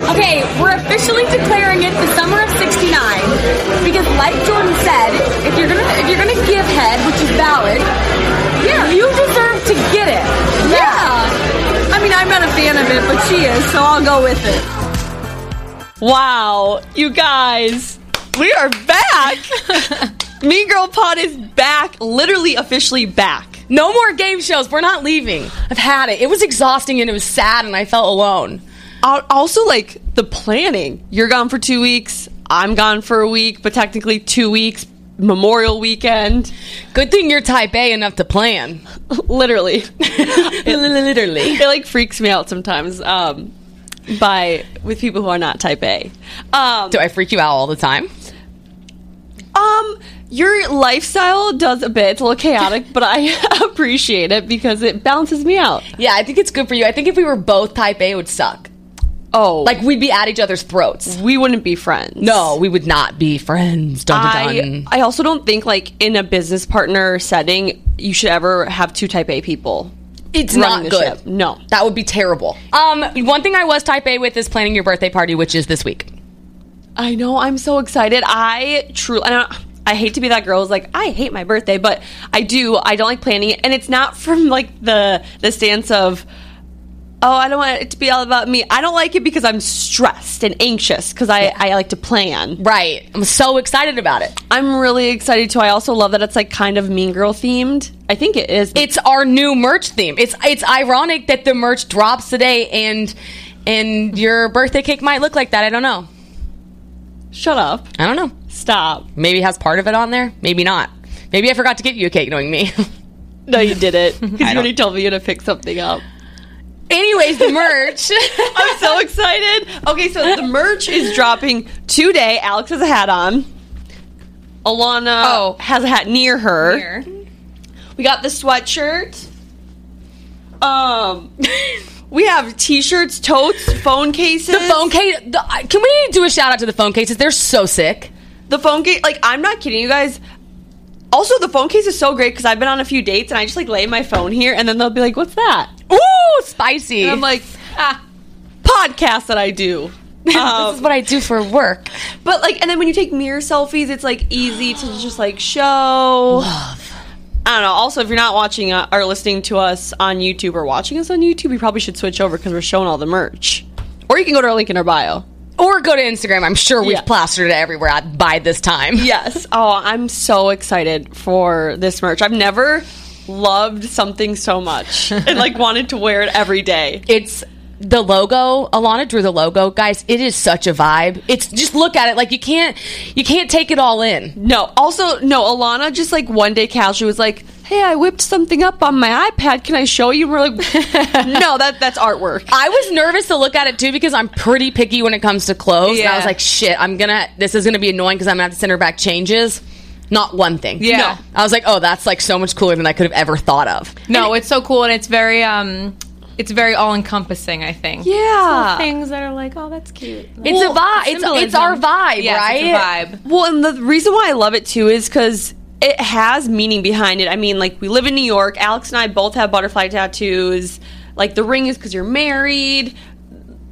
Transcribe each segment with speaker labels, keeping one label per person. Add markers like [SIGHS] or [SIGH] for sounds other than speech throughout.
Speaker 1: Okay, we're officially declaring it the summer of '69 because, like Jordan said, if you're gonna if you're gonna give head, which is valid, yeah, you deserve to get it. Yeah. I mean, I'm not a fan of it, but she is, so I'll go with it.
Speaker 2: Wow, you guys, we are
Speaker 3: [LAUGHS]
Speaker 2: back. mean Girl Pod is back, literally officially back.
Speaker 3: No more game shows. We're not leaving. I've had it. It was exhausting and it was sad and I felt alone.
Speaker 2: Al- Also, like the planning. You're gone for two weeks. I'm gone for a week, but technically two weeks. Memorial
Speaker 3: [LAUGHS]
Speaker 2: weekend,
Speaker 3: Good thing you're type A enough to plan.
Speaker 2: [LAUGHS] literally.
Speaker 3: [LAUGHS] Literally.
Speaker 2: it like freaks me out sometimes. Um, by with people who are not type A. Um,
Speaker 3: Do I freak you out all the time?
Speaker 2: Um, your lifestyle does a bit. It's a little
Speaker 3: [LAUGHS]
Speaker 2: chaotic, but I [LAUGHS] appreciate it because it balances me out.
Speaker 3: Yeah, I think it's good for you. I think if we were both type A, it would suck.
Speaker 2: Oh,
Speaker 3: Like, we'd be at each other's throats.
Speaker 2: we wouldn't be friends.
Speaker 3: No, we would not be friends. Dun, dun,
Speaker 2: I
Speaker 3: dun.
Speaker 2: I also don't think like in a business partner setting you should ever have two type A people.
Speaker 3: it's
Speaker 2: running
Speaker 3: not
Speaker 2: the
Speaker 3: good.
Speaker 2: ship. No.
Speaker 3: That would be terrible. Um, one thing I was type A with is planning your birthday party, which is this week.
Speaker 2: I know. I'm so excited. I truly. I, don't- I hate to be that girl who's like, I hate my birthday, but I do. I don't like planning it, and it's not from like the the stance of, oh, I don't want it to be all about me. I don't like it because I'm stressed and anxious because I I like to plan.
Speaker 3: Right. I'm so excited about it.
Speaker 2: I'm really excited too. I also love that it's like kind of mean girl themed. I think it is.
Speaker 3: It's our new merch theme. It's it's ironic that the merch drops today and and your birthday cake might look like that. I don't know.
Speaker 2: Shut up.
Speaker 3: I don't know.
Speaker 2: Stop.
Speaker 3: Maybe it has part of it on there. Maybe not. Maybe I forgot to get you a cake, knowing me. [LAUGHS]
Speaker 2: No, you did [LAUGHS] it because you
Speaker 3: don't-
Speaker 2: already told me you had to pick something up.
Speaker 3: Anyways, [LAUGHS] the merch.
Speaker 2: I'm so excited. Okay, so the merch is dropping today. Alex has a hat on. Alana
Speaker 3: Oh.
Speaker 2: has a hat near her. We got the sweatshirt. Um, [LAUGHS] we have t-shirts, totes, phone cases.
Speaker 3: the phone case. The, I- can we do a shout out to the phone cases? They're so sick.
Speaker 2: The phone case. Like I'm not kidding you guys. Also, the phone case is so great because I've been on a few dates and I just like lay my phone here and then they'll be like, "What's that?"
Speaker 3: Ooh, Oh, spicy.
Speaker 2: And I'm like, ah, podcast that I do.
Speaker 3: [LAUGHS]
Speaker 2: Um,
Speaker 3: this is what I do for work.
Speaker 2: But like, and then when you take mirror selfies, it's like easy to just like show. I don't know. Also, if you're not watching uh, or listening to us on YouTube or watching us on YouTube, you probably should switch over because we're showing all the merch. Or you can go to our link in our bio.
Speaker 3: Or go to Instagram. I'm sure we've
Speaker 2: Yeah.
Speaker 3: plastered it everywhere at- by this time.
Speaker 2: Yes. [LAUGHS] Oh, I'm so excited for this merch. I've never loved something so much and like wanted to wear it every day.
Speaker 3: It's the logo. Alana drew the logo, guys. It is such a vibe. It's just look at it. Like you can't you can't take it all in.
Speaker 2: No. Also, no. Alana just like one day casually was like, "Hey, I whipped something up on my iPad. Can I show you?" And we're like, "No, that that's artwork."
Speaker 3: I was nervous to look at it too because I'm pretty picky when it comes to clothes. And I
Speaker 2: Yeah.
Speaker 3: was like, shit, I'm gonna this is gonna be annoying because I'm gonna have to send her back changes. Not one thing.
Speaker 4: Yeah.
Speaker 3: No. I was like, oh, that's like so much cooler than I could have ever thought of.
Speaker 4: No, it's so cool and it's very um it's very all encompassing, I think.
Speaker 2: Yeah.
Speaker 4: Things that are like, oh that's cute.
Speaker 3: It's a vibe. It's,
Speaker 4: symbolism.
Speaker 3: it's our vibe,
Speaker 4: Yes,
Speaker 3: right?
Speaker 4: It's a vibe.
Speaker 2: Well, and the reason why I love it too is because it has meaning behind it. I mean, like we live in New York. Alex and I both have butterfly tattoos. Like the ring is because you're married.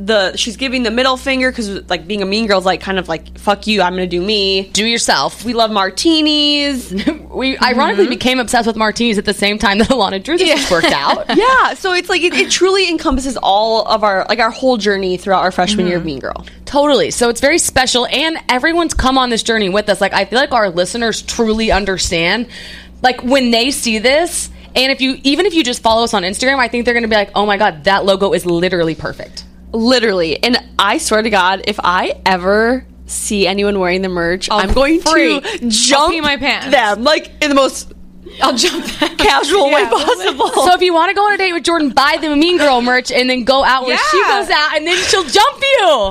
Speaker 2: The she's giving the middle finger because like being a mean girl's like kind of like fuck you. I'm gonna do me.
Speaker 3: Do yourself.
Speaker 2: We love martinis.
Speaker 3: [LAUGHS] We ironically became obsessed with martinis at the same time that Alana drew this which worked out. [LAUGHS]
Speaker 2: yeah, so it's like it, it truly encompasses all of our like our whole journey throughout our freshman year of Mean Girl.
Speaker 3: Totally. So it's very special, and everyone's come on this journey with us. Like, I feel like our listeners truly understand, like, when they see this. And if you, even if you just follow us on Instagram, I think they're going to be like, oh my God, that logo is literally perfect.
Speaker 2: Literally. And I swear to God, if I ever see anyone wearing the merch, i am going
Speaker 4: freak.
Speaker 2: to jump
Speaker 4: pee my pants.
Speaker 2: them like in the
Speaker 4: [LAUGHS]
Speaker 2: most
Speaker 4: I'll jump that.
Speaker 2: casual way
Speaker 4: Yeah, well,
Speaker 2: possible.
Speaker 3: So if you want to go on a date with Jordan, buy the Mean Girl merch and then go out where she
Speaker 4: Yeah.
Speaker 3: goes out and then she'll jump you.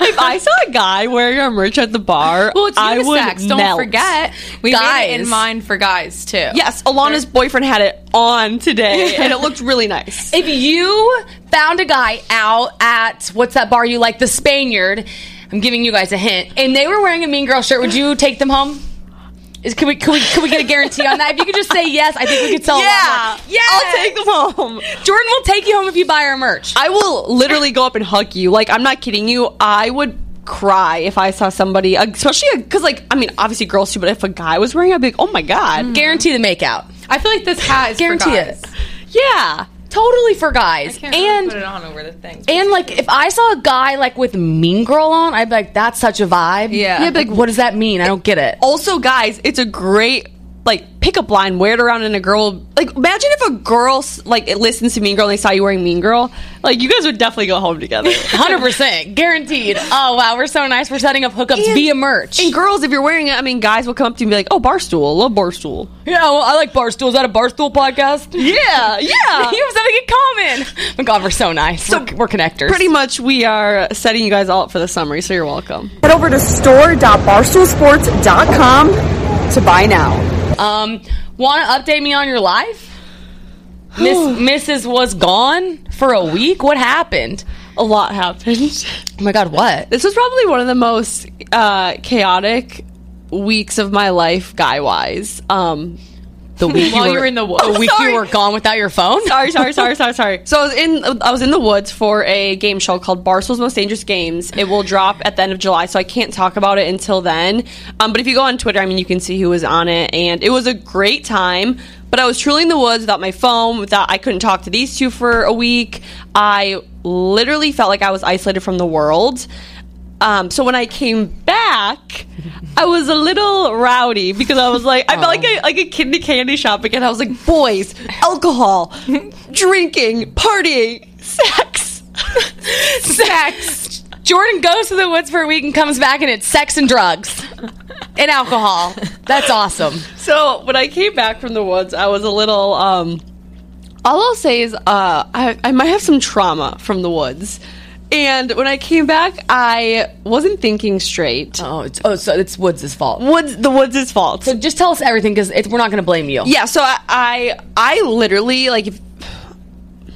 Speaker 2: [LAUGHS] if I saw a guy wearing our merch at the bar,
Speaker 4: Well, it's
Speaker 2: I would
Speaker 4: unisex. Don't
Speaker 2: melt.
Speaker 4: forget. We made it
Speaker 3: Guys.
Speaker 4: in mind for guys too.
Speaker 2: Yes, Alana's boyfriend had it on
Speaker 4: [LAUGHS]
Speaker 2: today, and it looked really nice.
Speaker 3: If you found a guy out at what's that bar you like, the Spaniard, I'm giving you guys a hint, and they were wearing a Mean Girl shirt, would you take them home? Is, can we can we can we get a guarantee on that? If you could just say yes, I think we could sell a lot more.
Speaker 2: yeah. I'll take them home.
Speaker 3: Jordan will take you home if you buy our merch.
Speaker 2: I will literally go up and hug you. Like I'm not kidding you. I would cry if I saw somebody, especially because like I mean, obviously girls too, but if a guy was wearing, it, I'd be like, oh my god,
Speaker 3: guarantee the makeout.
Speaker 4: I feel like this hat is
Speaker 3: Guarantee
Speaker 4: for
Speaker 3: it.
Speaker 4: guys.
Speaker 2: yeah.
Speaker 3: Totally for guys.
Speaker 4: Can't really
Speaker 3: And
Speaker 4: put it on over the things.
Speaker 3: and like if I saw a guy like with Mean Girl on, I'd be like, that's such a vibe.
Speaker 4: Yeah.
Speaker 3: I'd be like, what does that mean? I don't get it.
Speaker 2: Also, guys, it's a great like pickup line. Wear it around, and a girl like imagine if a girl s- like it listens to Mean Girl and they saw you wearing Mean Girl. Like you guys would definitely go home together.
Speaker 3: [LAUGHS] Hundred percent guaranteed. Oh wow, we're so nice. We're setting up hookups
Speaker 2: And-
Speaker 3: via merch.
Speaker 2: and girls, if you're wearing it, I mean, guys will come up to you and be like, "Oh, barstool, love barstool."
Speaker 3: yeah, well, I like barstool. Is that a barstool podcast?
Speaker 2: Yeah, [LAUGHS] yeah.
Speaker 3: you have something in common. Oh my God, we're so nice. we're, we're connectors.
Speaker 2: Pretty much, we are setting you guys all up for the summer, so you're welcome.
Speaker 5: Head over to store.barstoolsports.com to buy now.
Speaker 3: Um, want to update me on your life? Miss Mrs. was gone for a week. What happened?
Speaker 2: A lot happened. [LAUGHS]
Speaker 3: Oh my God, what?
Speaker 2: This was probably one of the most uh, chaotic weeks of my life, guy wise. Um,
Speaker 3: The week
Speaker 4: While you were in the woods.
Speaker 3: the week
Speaker 2: Sorry.
Speaker 3: you were gone without your phone.
Speaker 2: [LAUGHS] sorry, sorry, sorry, sorry, sorry. So I was in I was in the woods for a game show called Barstool's Most Dangerous Games. It will drop at the end of July, so I can't talk about it until then. Um, but if you go on Twitter, I mean, you can see who was on it, and it was a great time. But I was truly in the woods without my phone. Without I couldn't talk to these two for a week. I literally felt like I was isolated from the world. Um, so when I came back, I was a little rowdy because I was like, I felt like a, like a kid in a candy shop again. I was like, boys,
Speaker 3: [LAUGHS]
Speaker 2: alcohol, drinking, partying, sex.
Speaker 3: [LAUGHS]
Speaker 2: [LAUGHS]
Speaker 3: sex. Jordan goes to the woods for a week and comes back, and it's sex and drugs and
Speaker 4: [LAUGHS]
Speaker 3: alcohol. That's awesome.
Speaker 2: So when I came back from the woods, I was a little. Um, all I'll say is, uh, I, I might have some trauma from the woods. And when I came back, I wasn't thinking straight.
Speaker 3: Oh, it's, oh, so it's Woods' fault.
Speaker 2: Woods, the woods is fault.
Speaker 3: So just tell us everything because we're not going to blame you.
Speaker 2: yeah so I, I i literally like if i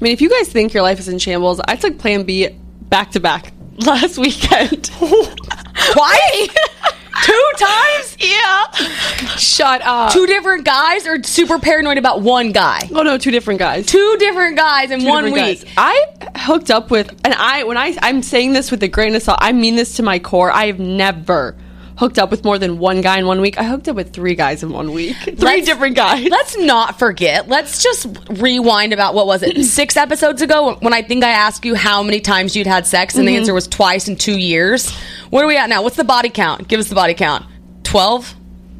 Speaker 2: mean if you guys think your life is in shambles i took plan b back to back [LAUGHS] last [LAUGHS] weekend [LAUGHS]
Speaker 3: Why? Two times?
Speaker 2: yeah
Speaker 4: Shut up.
Speaker 3: Two different guys are super paranoid about one guy.
Speaker 2: oh no two different guys
Speaker 3: Two different guys in
Speaker 2: Two
Speaker 3: one
Speaker 2: different
Speaker 3: week.
Speaker 2: guys. i hooked up with and i when i i'm saying this with the grain of salt i mean this to my core i have never hooked up with more than one guy in one week i hooked up with three guys in one week 3
Speaker 3: Let's-
Speaker 2: different [LAUGHS]
Speaker 3: [LAUGHS]
Speaker 2: guys
Speaker 3: Let's not forget. Let's just rewind about what was [CLEARS THROAT] it six episodes ago when I think I asked you how many times you'd had sex and the answer was twice in two years. What are we at now? What's the body count? Give us the body count. 12?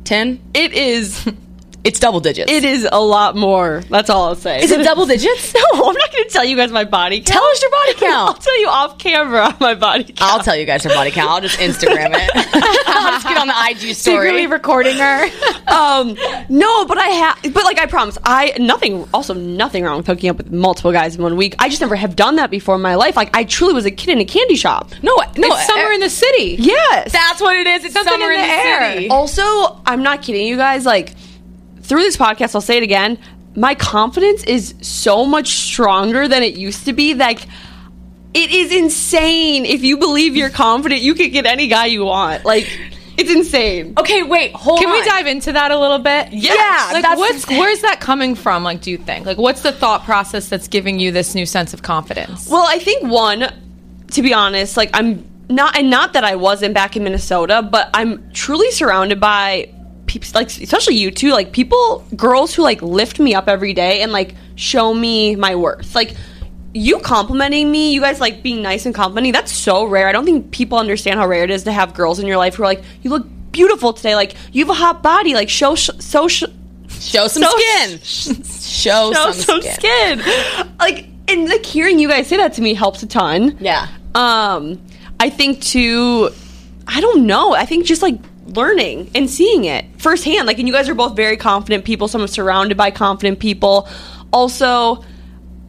Speaker 3: 10?
Speaker 2: it is
Speaker 3: It's double digits.
Speaker 2: it is a lot more that's all i'll say
Speaker 3: Is it double [LAUGHS] digits?
Speaker 2: [LAUGHS] No, I'm not going to tell you guys my body count.
Speaker 3: Tell us your [LAUGHS] body
Speaker 2: I'll
Speaker 3: count.
Speaker 2: tell you off camera [LAUGHS] my body count.
Speaker 3: I'll tell you guys her body count. I'll just Instagram [LAUGHS] it. I'll just get on the IG story.
Speaker 4: Secretly
Speaker 3: [LAUGHS]
Speaker 4: recording her.
Speaker 2: [LAUGHS] um, no, but I have, but like I promise, I nothing. Also, nothing wrong with hooking up with multiple guys in one week. I just never have done that before in my life. Like I truly was a kid in a candy shop.
Speaker 3: No, no. eh,
Speaker 4: it's summer in the city.
Speaker 2: Yes.
Speaker 3: That's what it is. It's
Speaker 4: Something
Speaker 3: summer in
Speaker 4: in
Speaker 3: the,
Speaker 4: the air.
Speaker 3: city.
Speaker 2: also, I'm not kidding you guys. Like through this podcast, I'll say it again. My confidence is so much stronger than it used to be. Like it is insane. If you believe you're confident, you could get any guy you want. Like it's insane.
Speaker 3: Okay, wait. Hold
Speaker 4: Can
Speaker 3: on.
Speaker 4: we dive into that a little bit?
Speaker 2: Yeah,
Speaker 4: Like,
Speaker 2: that's-
Speaker 4: what's where's that coming from? Like, do you think? Like, what's the thought process that's giving you this new sense of confidence?
Speaker 2: Well, I think one, to be honest, like I'm not, and not that I wasn't back in Minnesota, but I'm truly surrounded by people, like especially you two, like people, girls who like lift me up every day and like show me my worth, like. You complimenting me, you guys like being nice and complimenting, that's so rare. I don't think people understand how rare it is to have girls in your life who are like, you look beautiful today, like, you have a hot body, like, show, sh- so, sh-
Speaker 3: show some
Speaker 2: So-
Speaker 3: skin? Show,
Speaker 2: show
Speaker 3: some,
Speaker 2: some
Speaker 3: skin.
Speaker 2: skin. Like, and like hearing you guys say that to me helps a ton.
Speaker 3: Yeah.
Speaker 2: Um, I think too. I don't know. I think just like learning and seeing it firsthand. Like, and you guys are both very confident people. So I'm surrounded by confident people. Also,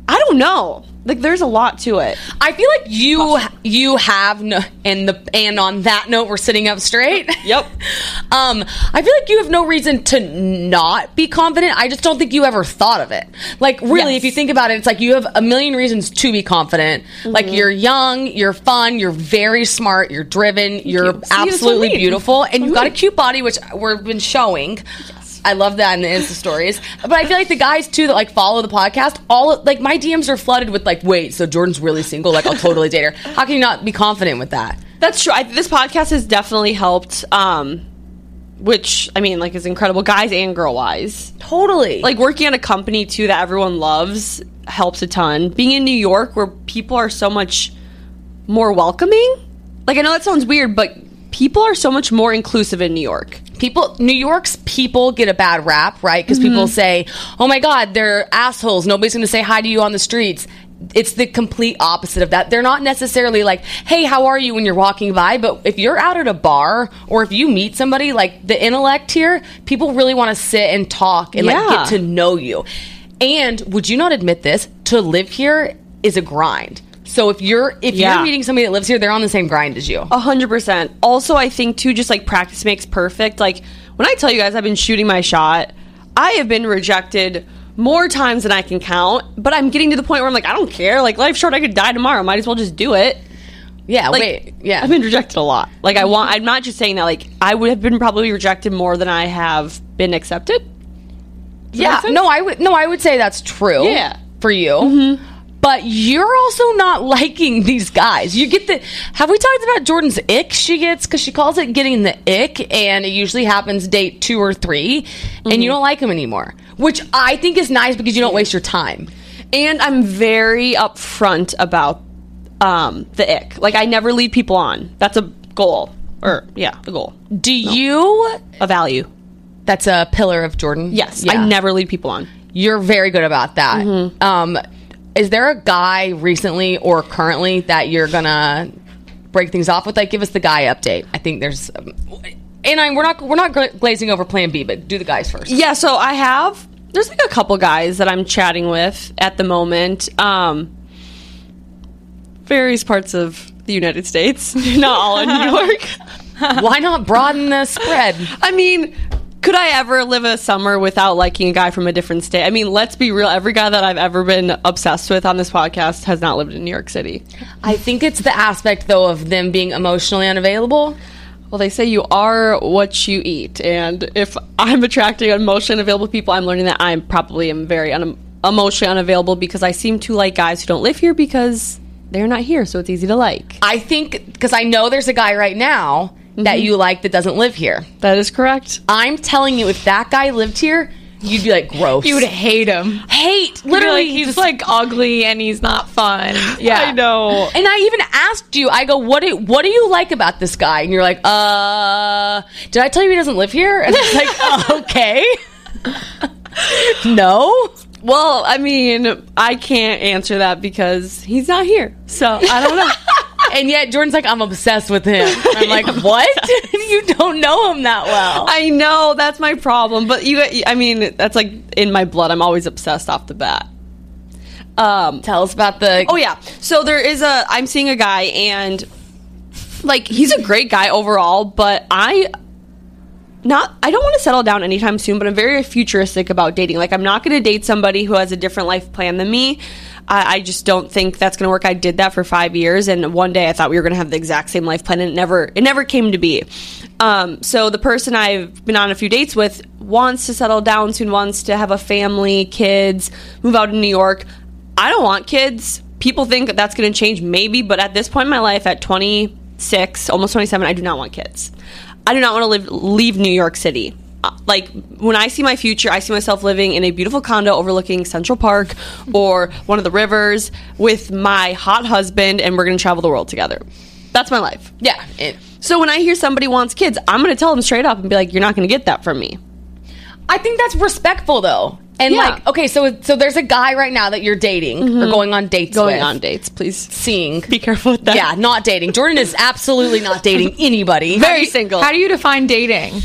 Speaker 2: I don't know. like there's a lot to it.
Speaker 3: I feel like you you have no, and the and on that note we're sitting up straight.
Speaker 2: [LAUGHS] Yep.
Speaker 3: [LAUGHS] um, I feel like you have no reason to not be confident. I just don't think you ever thought of it. Like really,
Speaker 2: Yes.
Speaker 3: if you think about it, it's like you have a million reasons to be confident.
Speaker 2: Mm-hmm.
Speaker 3: Like you're young, you're fun, you're very smart, you're driven, you're
Speaker 2: you. See, that's what I
Speaker 3: absolutely
Speaker 2: mean.
Speaker 3: beautiful, and you've got a cute body, which we've been showing. I love that in the Insta stories. But I feel like the guys too that like follow the podcast, all like my DMs are flooded with like, wait, so Jordan's really single, like I'll totally date her. How can you not be confident with that?
Speaker 2: That's true. I, this podcast has definitely helped. Um, which I mean, like, is incredible, guys and girl wise.
Speaker 3: Totally.
Speaker 2: Like
Speaker 3: Like
Speaker 2: working at a company too that everyone loves helps a ton. Being in New York where people are so much more welcoming. Like I know that sounds weird, but people are so much more inclusive in New York.
Speaker 3: people New York's people get a bad rap, right? Because
Speaker 2: Mm-hmm.
Speaker 3: people say, Oh my god, they're assholes. Nobody's gonna say hi to you on the streets. It's the complete opposite of that. They're not necessarily like, hey, how are you when you're walking by? But if you're out at a bar or if you meet somebody, like the intellect here, people really want to sit and talk and like
Speaker 2: Yeah.
Speaker 3: get to know you. And would you not admit this? To live here is a grind. So if you're if
Speaker 2: Yeah. Oh,
Speaker 3: you're meeting somebody that lives here, they're on the same grind as you.
Speaker 2: A hundred percent. Also, I think too, just like practice makes perfect. Like when I tell you guys, I've been shooting my shot. I have been rejected more times than I can count. But I'm getting to the point where I'm like, I don't care. Like life's short. I could die tomorrow. Might as well just do it.
Speaker 3: yeah,
Speaker 2: Like,
Speaker 3: wait. Yeah.
Speaker 2: I've been rejected a lot. Like I want. I'm not just saying that. Like I would have been probably rejected more than I have been accepted.
Speaker 3: yeah,
Speaker 2: make sense?
Speaker 3: no, I would no, I would say that's true.
Speaker 2: Yeah. Mm-hmm.
Speaker 3: for you. But you're also not [LAUGHS] liking these guys. You get the. Have we talked about Jordan's ick she gets? Because she calls it getting the ick, and it usually happens date two or 3
Speaker 2: Mm-hmm.
Speaker 3: and you don't like them anymore. Which I think is nice because you don't waste your time.
Speaker 2: and I'm very upfront about um, the ick. Like I never lead people on. That's a goal, or yeah, a goal,
Speaker 3: Do you?
Speaker 2: a value.
Speaker 3: That's a pillar of Jordan.
Speaker 2: Yes,
Speaker 3: Yeah.
Speaker 2: I never lead people on.
Speaker 3: You're very good about that. Um, is there a guy recently or currently that you're gonna break things off with? Like, give us the guy update. I think there's, um, and I, we're not we're not gla- glazing over Plan B, but do the guys first.
Speaker 2: [LAUGHS] Yeah, so I have there's like a couple guys that I'm chatting with at the moment. Um various parts of the United States, [LAUGHS] not all in New York.
Speaker 3: Why not broaden the spread?
Speaker 2: I mean, could I ever live a summer without liking a guy from a different state? I mean, let's be real, every guy that I've ever been obsessed with on this podcast has not lived in New York City.
Speaker 3: I think it's the aspect though of them being emotionally unavailable.
Speaker 2: Well, they say you are what you eat, and if I'm attracting emotionally unavailable people, I'm learning that I'm probably am very un- emotionally unavailable because I seem to like guys who don't live here because they're not here, so it's easy to like.
Speaker 3: I think because I know there's a guy right now that you like that doesn't live here.
Speaker 2: That is correct.
Speaker 3: I'm telling you, if that guy lived here, you'd be like gross.
Speaker 4: You would hate him.
Speaker 3: hate
Speaker 4: Literally,
Speaker 3: literally.
Speaker 4: he's like ugly and he's not fun.
Speaker 3: Yeah.
Speaker 2: I know.
Speaker 3: And I even asked you, I go, what do what do you like about this guy? And you're like, uh, did I tell you he doesn't live here? And I was [LAUGHS] like, "Oh, okay. no.
Speaker 2: Well, I mean, I can't answer that because he's not here, so I
Speaker 3: [LAUGHS]
Speaker 2: don't know.
Speaker 3: And yet Jordan's like, I'm obsessed with him. I'm [LAUGHS] like, what? you don't know him that well.
Speaker 2: I know that's my problem, but you, I mean, that's like in my blood. I'm always obsessed off the bat. Um,
Speaker 3: Tell us about the
Speaker 2: Oh yeah. So there is a I'm seeing a guy and like he's a great guy overall, but I not I don't want to settle down anytime soon, but I'm very futuristic about dating. Like I'm not going to date somebody who has a different life plan than me. I, I just don't think that's going to work. I did that for five years, and one day I thought we were going to have the exact same life plan, and it never it never came to be. Um, so the person I've been on a few dates with wants to settle down soon, wants to have a family, kids, move out to New York. I don't want kids. People think that that's going to change, maybe, but at this point in my life, at 26, almost 27, I do not want kids. I do not want to live leave New York City. Uh, Like when I see my future, I see myself living in a beautiful condo overlooking Central Park or one of the rivers with my hot husband, and we're going to travel the world together. That's my life.
Speaker 3: Yeah. It-
Speaker 2: So when I hear somebody wants kids, I'm going to tell them straight up and be like, "You're not going to get that from me."
Speaker 3: I think that's respectful though. And
Speaker 2: Yeah.
Speaker 3: like, okay, so so there's a guy right now that you're dating or Mm-hmm. going on dates
Speaker 2: Going
Speaker 3: with.
Speaker 2: on dates, please [LAUGHS]
Speaker 3: Seeing.
Speaker 2: be careful with that.
Speaker 3: Yeah, not dating. Jordan is absolutely not [LAUGHS] dating anybody.
Speaker 2: very single.
Speaker 4: How do you define dating?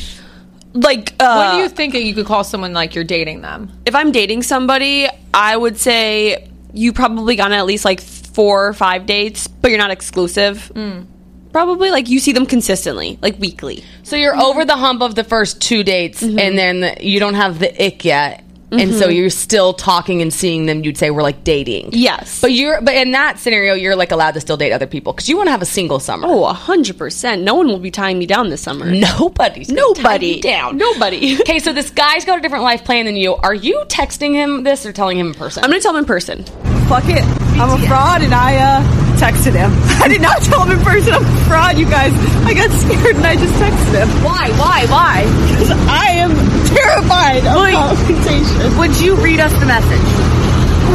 Speaker 2: like uh,
Speaker 4: When do you think that you could call someone like you're dating them?
Speaker 2: if I'm dating somebody, I would say you probably gone on at least like four or five dates, but you're not exclusive.
Speaker 5: Mm.
Speaker 2: Probably like you see them consistently, like weekly.
Speaker 3: So you're
Speaker 1: Mm-hmm.
Speaker 3: over the hump of the first two dates, and then the, you don't have the ick yet, and
Speaker 1: Mm-hmm.
Speaker 3: so you're still talking and seeing them. You'd say we're like dating.
Speaker 2: Yes.
Speaker 3: But you're but in that scenario, you're like allowed to still date other people because you want to have a single summer.
Speaker 1: [LAUGHS]
Speaker 2: Oh, a hundred percent. No one will be tying me down this summer.
Speaker 3: Nobody's gonna
Speaker 2: Nobody
Speaker 3: tie you down.
Speaker 2: Nobody. [LAUGHS]
Speaker 3: Okay, so this guy's got a different life plan than you. Are you texting him this or telling him in person?
Speaker 2: I'm gonna tell them in person.
Speaker 5: Fuck it. I'm a fraud and I uh, texted him. [LAUGHS] I did not tell him in person I'm a fraud, you guys. I got scared and I just texted him.
Speaker 1: Why? Why? Why?
Speaker 5: Because I am terrified of confrontation.
Speaker 1: Would you read us the message?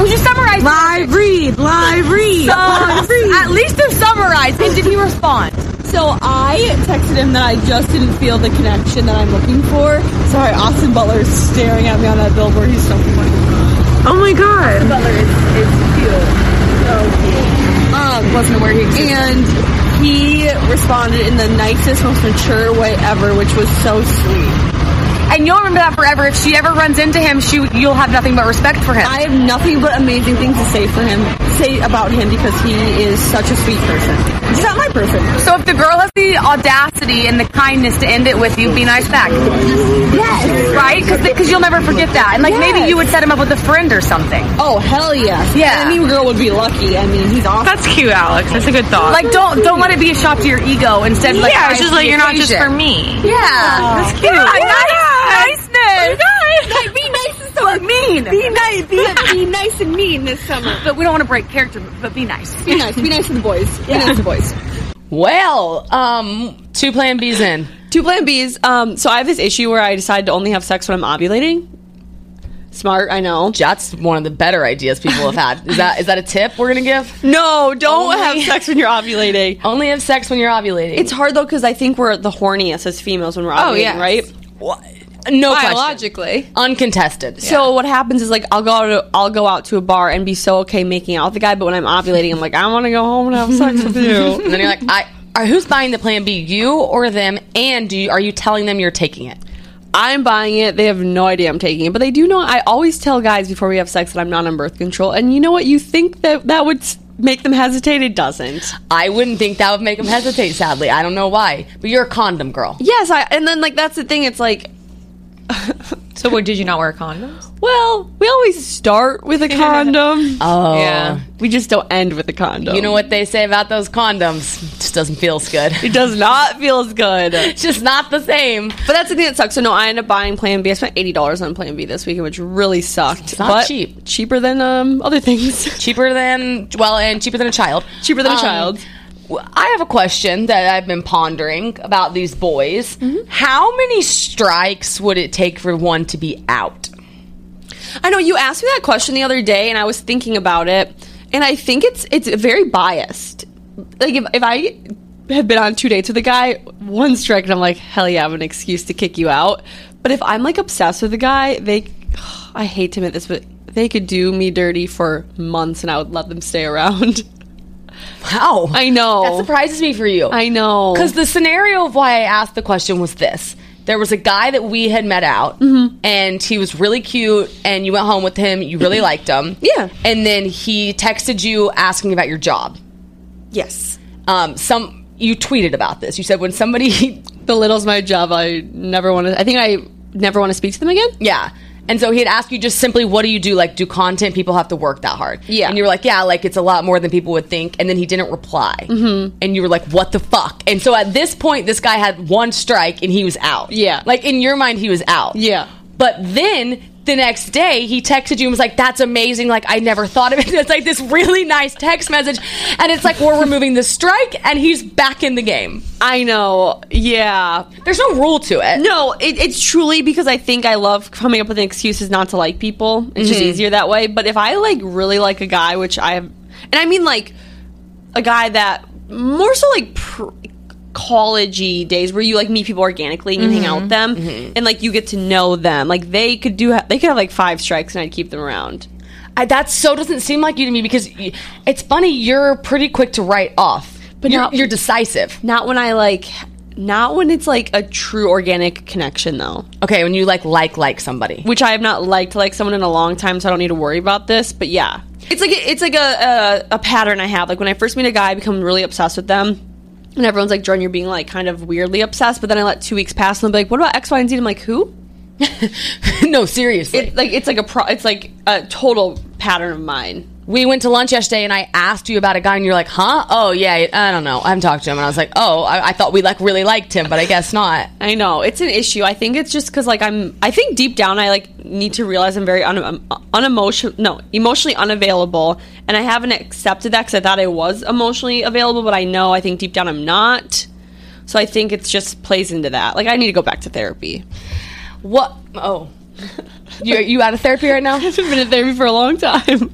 Speaker 1: Would you summarize?
Speaker 5: Live read, live read, live read.
Speaker 1: At least to summarize. And did he respond?
Speaker 5: So I texted him that I just didn't feel the connection that I'm looking for. Sorry, Austin Butler is staring at me on that billboard. He's so funny. Oh my god. Butler is, is cute. So cute. Um, wasn't aware he And he responded in the nicest, most mature way ever, which was so sweet.
Speaker 1: And you'll remember that forever. If she ever runs into him, she you'll have nothing but respect for him.
Speaker 5: I have nothing but amazing things to say for him, say about him because he is such a sweet person. He's not my person.
Speaker 1: so if the girl has the audacity and the kindness to end it with you, be nice back. Yes. Right? Because you'll never forget that. And like maybe you would set him up with a friend or something.
Speaker 5: Oh hell yes.
Speaker 1: Yeah.
Speaker 5: Any girl would be lucky. I mean, he's awesome.
Speaker 6: That's cute, Alex. That's a good thought.
Speaker 1: Like don't don't let it be a shot to your ego. Instead, like,
Speaker 6: yeah,
Speaker 1: rise
Speaker 6: it's just
Speaker 1: to
Speaker 6: like
Speaker 1: the
Speaker 6: you're not just for
Speaker 1: occasion.
Speaker 6: me.
Speaker 1: Yeah, that's cute. nice, niceness.
Speaker 6: Nice.
Speaker 1: be nice and so mean.
Speaker 5: Be nice, be, be nice and mean this summer.
Speaker 1: But we don't want to break character. But be nice.
Speaker 5: Be nice, be nice to the boys. Be nice to the boys.
Speaker 3: well, um, two plan B's in.
Speaker 2: Two plan B's. Um, so I have this issue where I decide to only have sex when I'm ovulating. Smart, I know.
Speaker 3: That's one of the better ideas people have had. Is that is that a tip we're gonna give?
Speaker 2: No, don't
Speaker 3: Only-
Speaker 2: have sex when you're ovulating.
Speaker 3: Only have sex when you're ovulating.
Speaker 2: It's hard though because I think we're the horniest as females when we're ovulating,
Speaker 4: Oh, yes.
Speaker 2: right?
Speaker 3: no question.
Speaker 4: Biologically.
Speaker 3: Uncontested.
Speaker 2: So what happens is like I'll go out to, I'll go out to a bar and be so okay making out with the guy, but when I'm ovulating, I'm like I want to go home and have sex with you. [LAUGHS]
Speaker 3: and then you're like, I are who's buying the plan B? You or them? And do you are you telling them you're taking it?
Speaker 2: I'm buying it. They have no idea I'm taking it, but they do know. I always tell guys before we have sex that I'm not on birth control, and you know what? You think that that would s- make them hesitate? It doesn't.
Speaker 3: I wouldn't think that would make them hesitate, sadly. I don't know why. But you're a condom girl.
Speaker 2: Yes, I. And then like that's the thing. It's like
Speaker 4: So, what, did you not wear condoms?
Speaker 2: well, we always start with a condom.
Speaker 3: Oh.
Speaker 4: Yeah.
Speaker 2: [LAUGHS] we just don't end with a condom.
Speaker 3: You know what they say about those condoms? just doesn't feel as good.
Speaker 2: It does not feel as [LAUGHS] good.
Speaker 3: It's just not the same.
Speaker 2: But that's the thing that sucks. So no, I ended up buying Plan B. I spent eighty dollars on Plan B this weekend, which really sucked.
Speaker 3: not
Speaker 2: but
Speaker 3: cheap.
Speaker 2: cheaper than um other things.
Speaker 3: Cheaper than well, and cheaper than a child.
Speaker 2: cheaper than a
Speaker 3: Um,
Speaker 2: child.
Speaker 3: w- I have a question that I've been pondering about these boys.
Speaker 2: Mm-hmm.
Speaker 3: How many strikes would it take for one to be out?
Speaker 2: [LAUGHS] I know you asked me that question the other day, and I was thinking about it, and I think it's it's very biased. Like if if I had been on two dates with a guy, one strike, and I'm like, hell yeah, I have an excuse to kick you out. But if I'm like obsessed with a guy, they, [SIGHS] I hate to admit this, but they could do me dirty for months, and I would let them stay around. [LAUGHS]
Speaker 3: Wow.
Speaker 2: I know.
Speaker 3: That surprises me for you.
Speaker 2: I know.
Speaker 3: Because the scenario of why I asked the question was this. There was a guy that we had met out,
Speaker 2: Mm-hmm.
Speaker 3: and he was really cute, and you went home with him. You really liked him.
Speaker 2: [CLEARS THROAT] Yeah.
Speaker 3: And then he texted you asking about your job.
Speaker 2: yes.
Speaker 3: Um, some You tweeted about this. You said when somebody, [LAUGHS]
Speaker 2: belittles my job. I never want to. I think I never want to speak to them again.
Speaker 3: yeah. And so he had asked you just simply, what do you do? Like, do content people have to work that hard?
Speaker 2: Yeah.
Speaker 3: And you were like, yeah, like it's a lot more than people would think. And then he didn't reply. Mm-hmm. And you were like, what the fuck? And so at this point, this guy had one strike and he was out.
Speaker 2: Yeah.
Speaker 3: Like in your mind, he was out.
Speaker 2: Yeah.
Speaker 3: But then the next day, he texted you and was like, "That's amazing! Like I never thought of it." [LAUGHS] It's like this really nice text message, and it's like we're removing the strike, and he's back in the game.
Speaker 2: I know. Yeah.
Speaker 3: There's no rule to it.
Speaker 2: No, it, it's truly because I think I love coming up with excuses not to like people. It's just easier that way. But if I like really like a guy, which I have, and I mean like a guy that more so like pr- collegey days where you like meet people organically and you hang out with them and like you get to know them. Like they could do, ha- they could have like five strikes and I'd keep them around.
Speaker 3: I, that so doesn't seem like you to me because y- it's funny. You're pretty quick to write off, but you're,
Speaker 2: not-
Speaker 3: you're decisive.
Speaker 2: Not when I like. Not when it's like a true organic connection, though,
Speaker 3: Okay, when you like like like somebody. [LAUGHS]
Speaker 2: which I have not liked like someone in a long time, so I don't need to worry about this. But yeah, It's like it's like a, a a pattern I have. Like when I first meet a guy, I become really obsessed with them, and everyone's like, "Jordan, you're being like kind of weirdly obsessed." But then I let two weeks pass, and they'll be like, "What about X, Y, and Z?" And I'm like, "Who?"
Speaker 3: no, seriously.
Speaker 2: It, like it's like a pro. It's like a total pattern of mine.
Speaker 3: we went to lunch yesterday and I asked you about a guy and you're like, huh? Oh, yeah, I don't know. I haven't talked to him. And I was like, oh, I, I thought we like really liked him, but I guess not.
Speaker 2: I know it's an issue. I think it's just because like I'm. I think deep down I like need to realize I'm very un, um, unemotional. No, emotionally unavailable, and I haven't accepted that because I thought I was emotionally available, but I know I think deep down I'm not. So I think it's just plays into that. Like I need to go back to therapy.
Speaker 3: [LAUGHS] What? Oh. You, you out of therapy right [LAUGHS]
Speaker 2: [LAUGHS]
Speaker 3: now?
Speaker 2: I've been in therapy for a long time. [LAUGHS]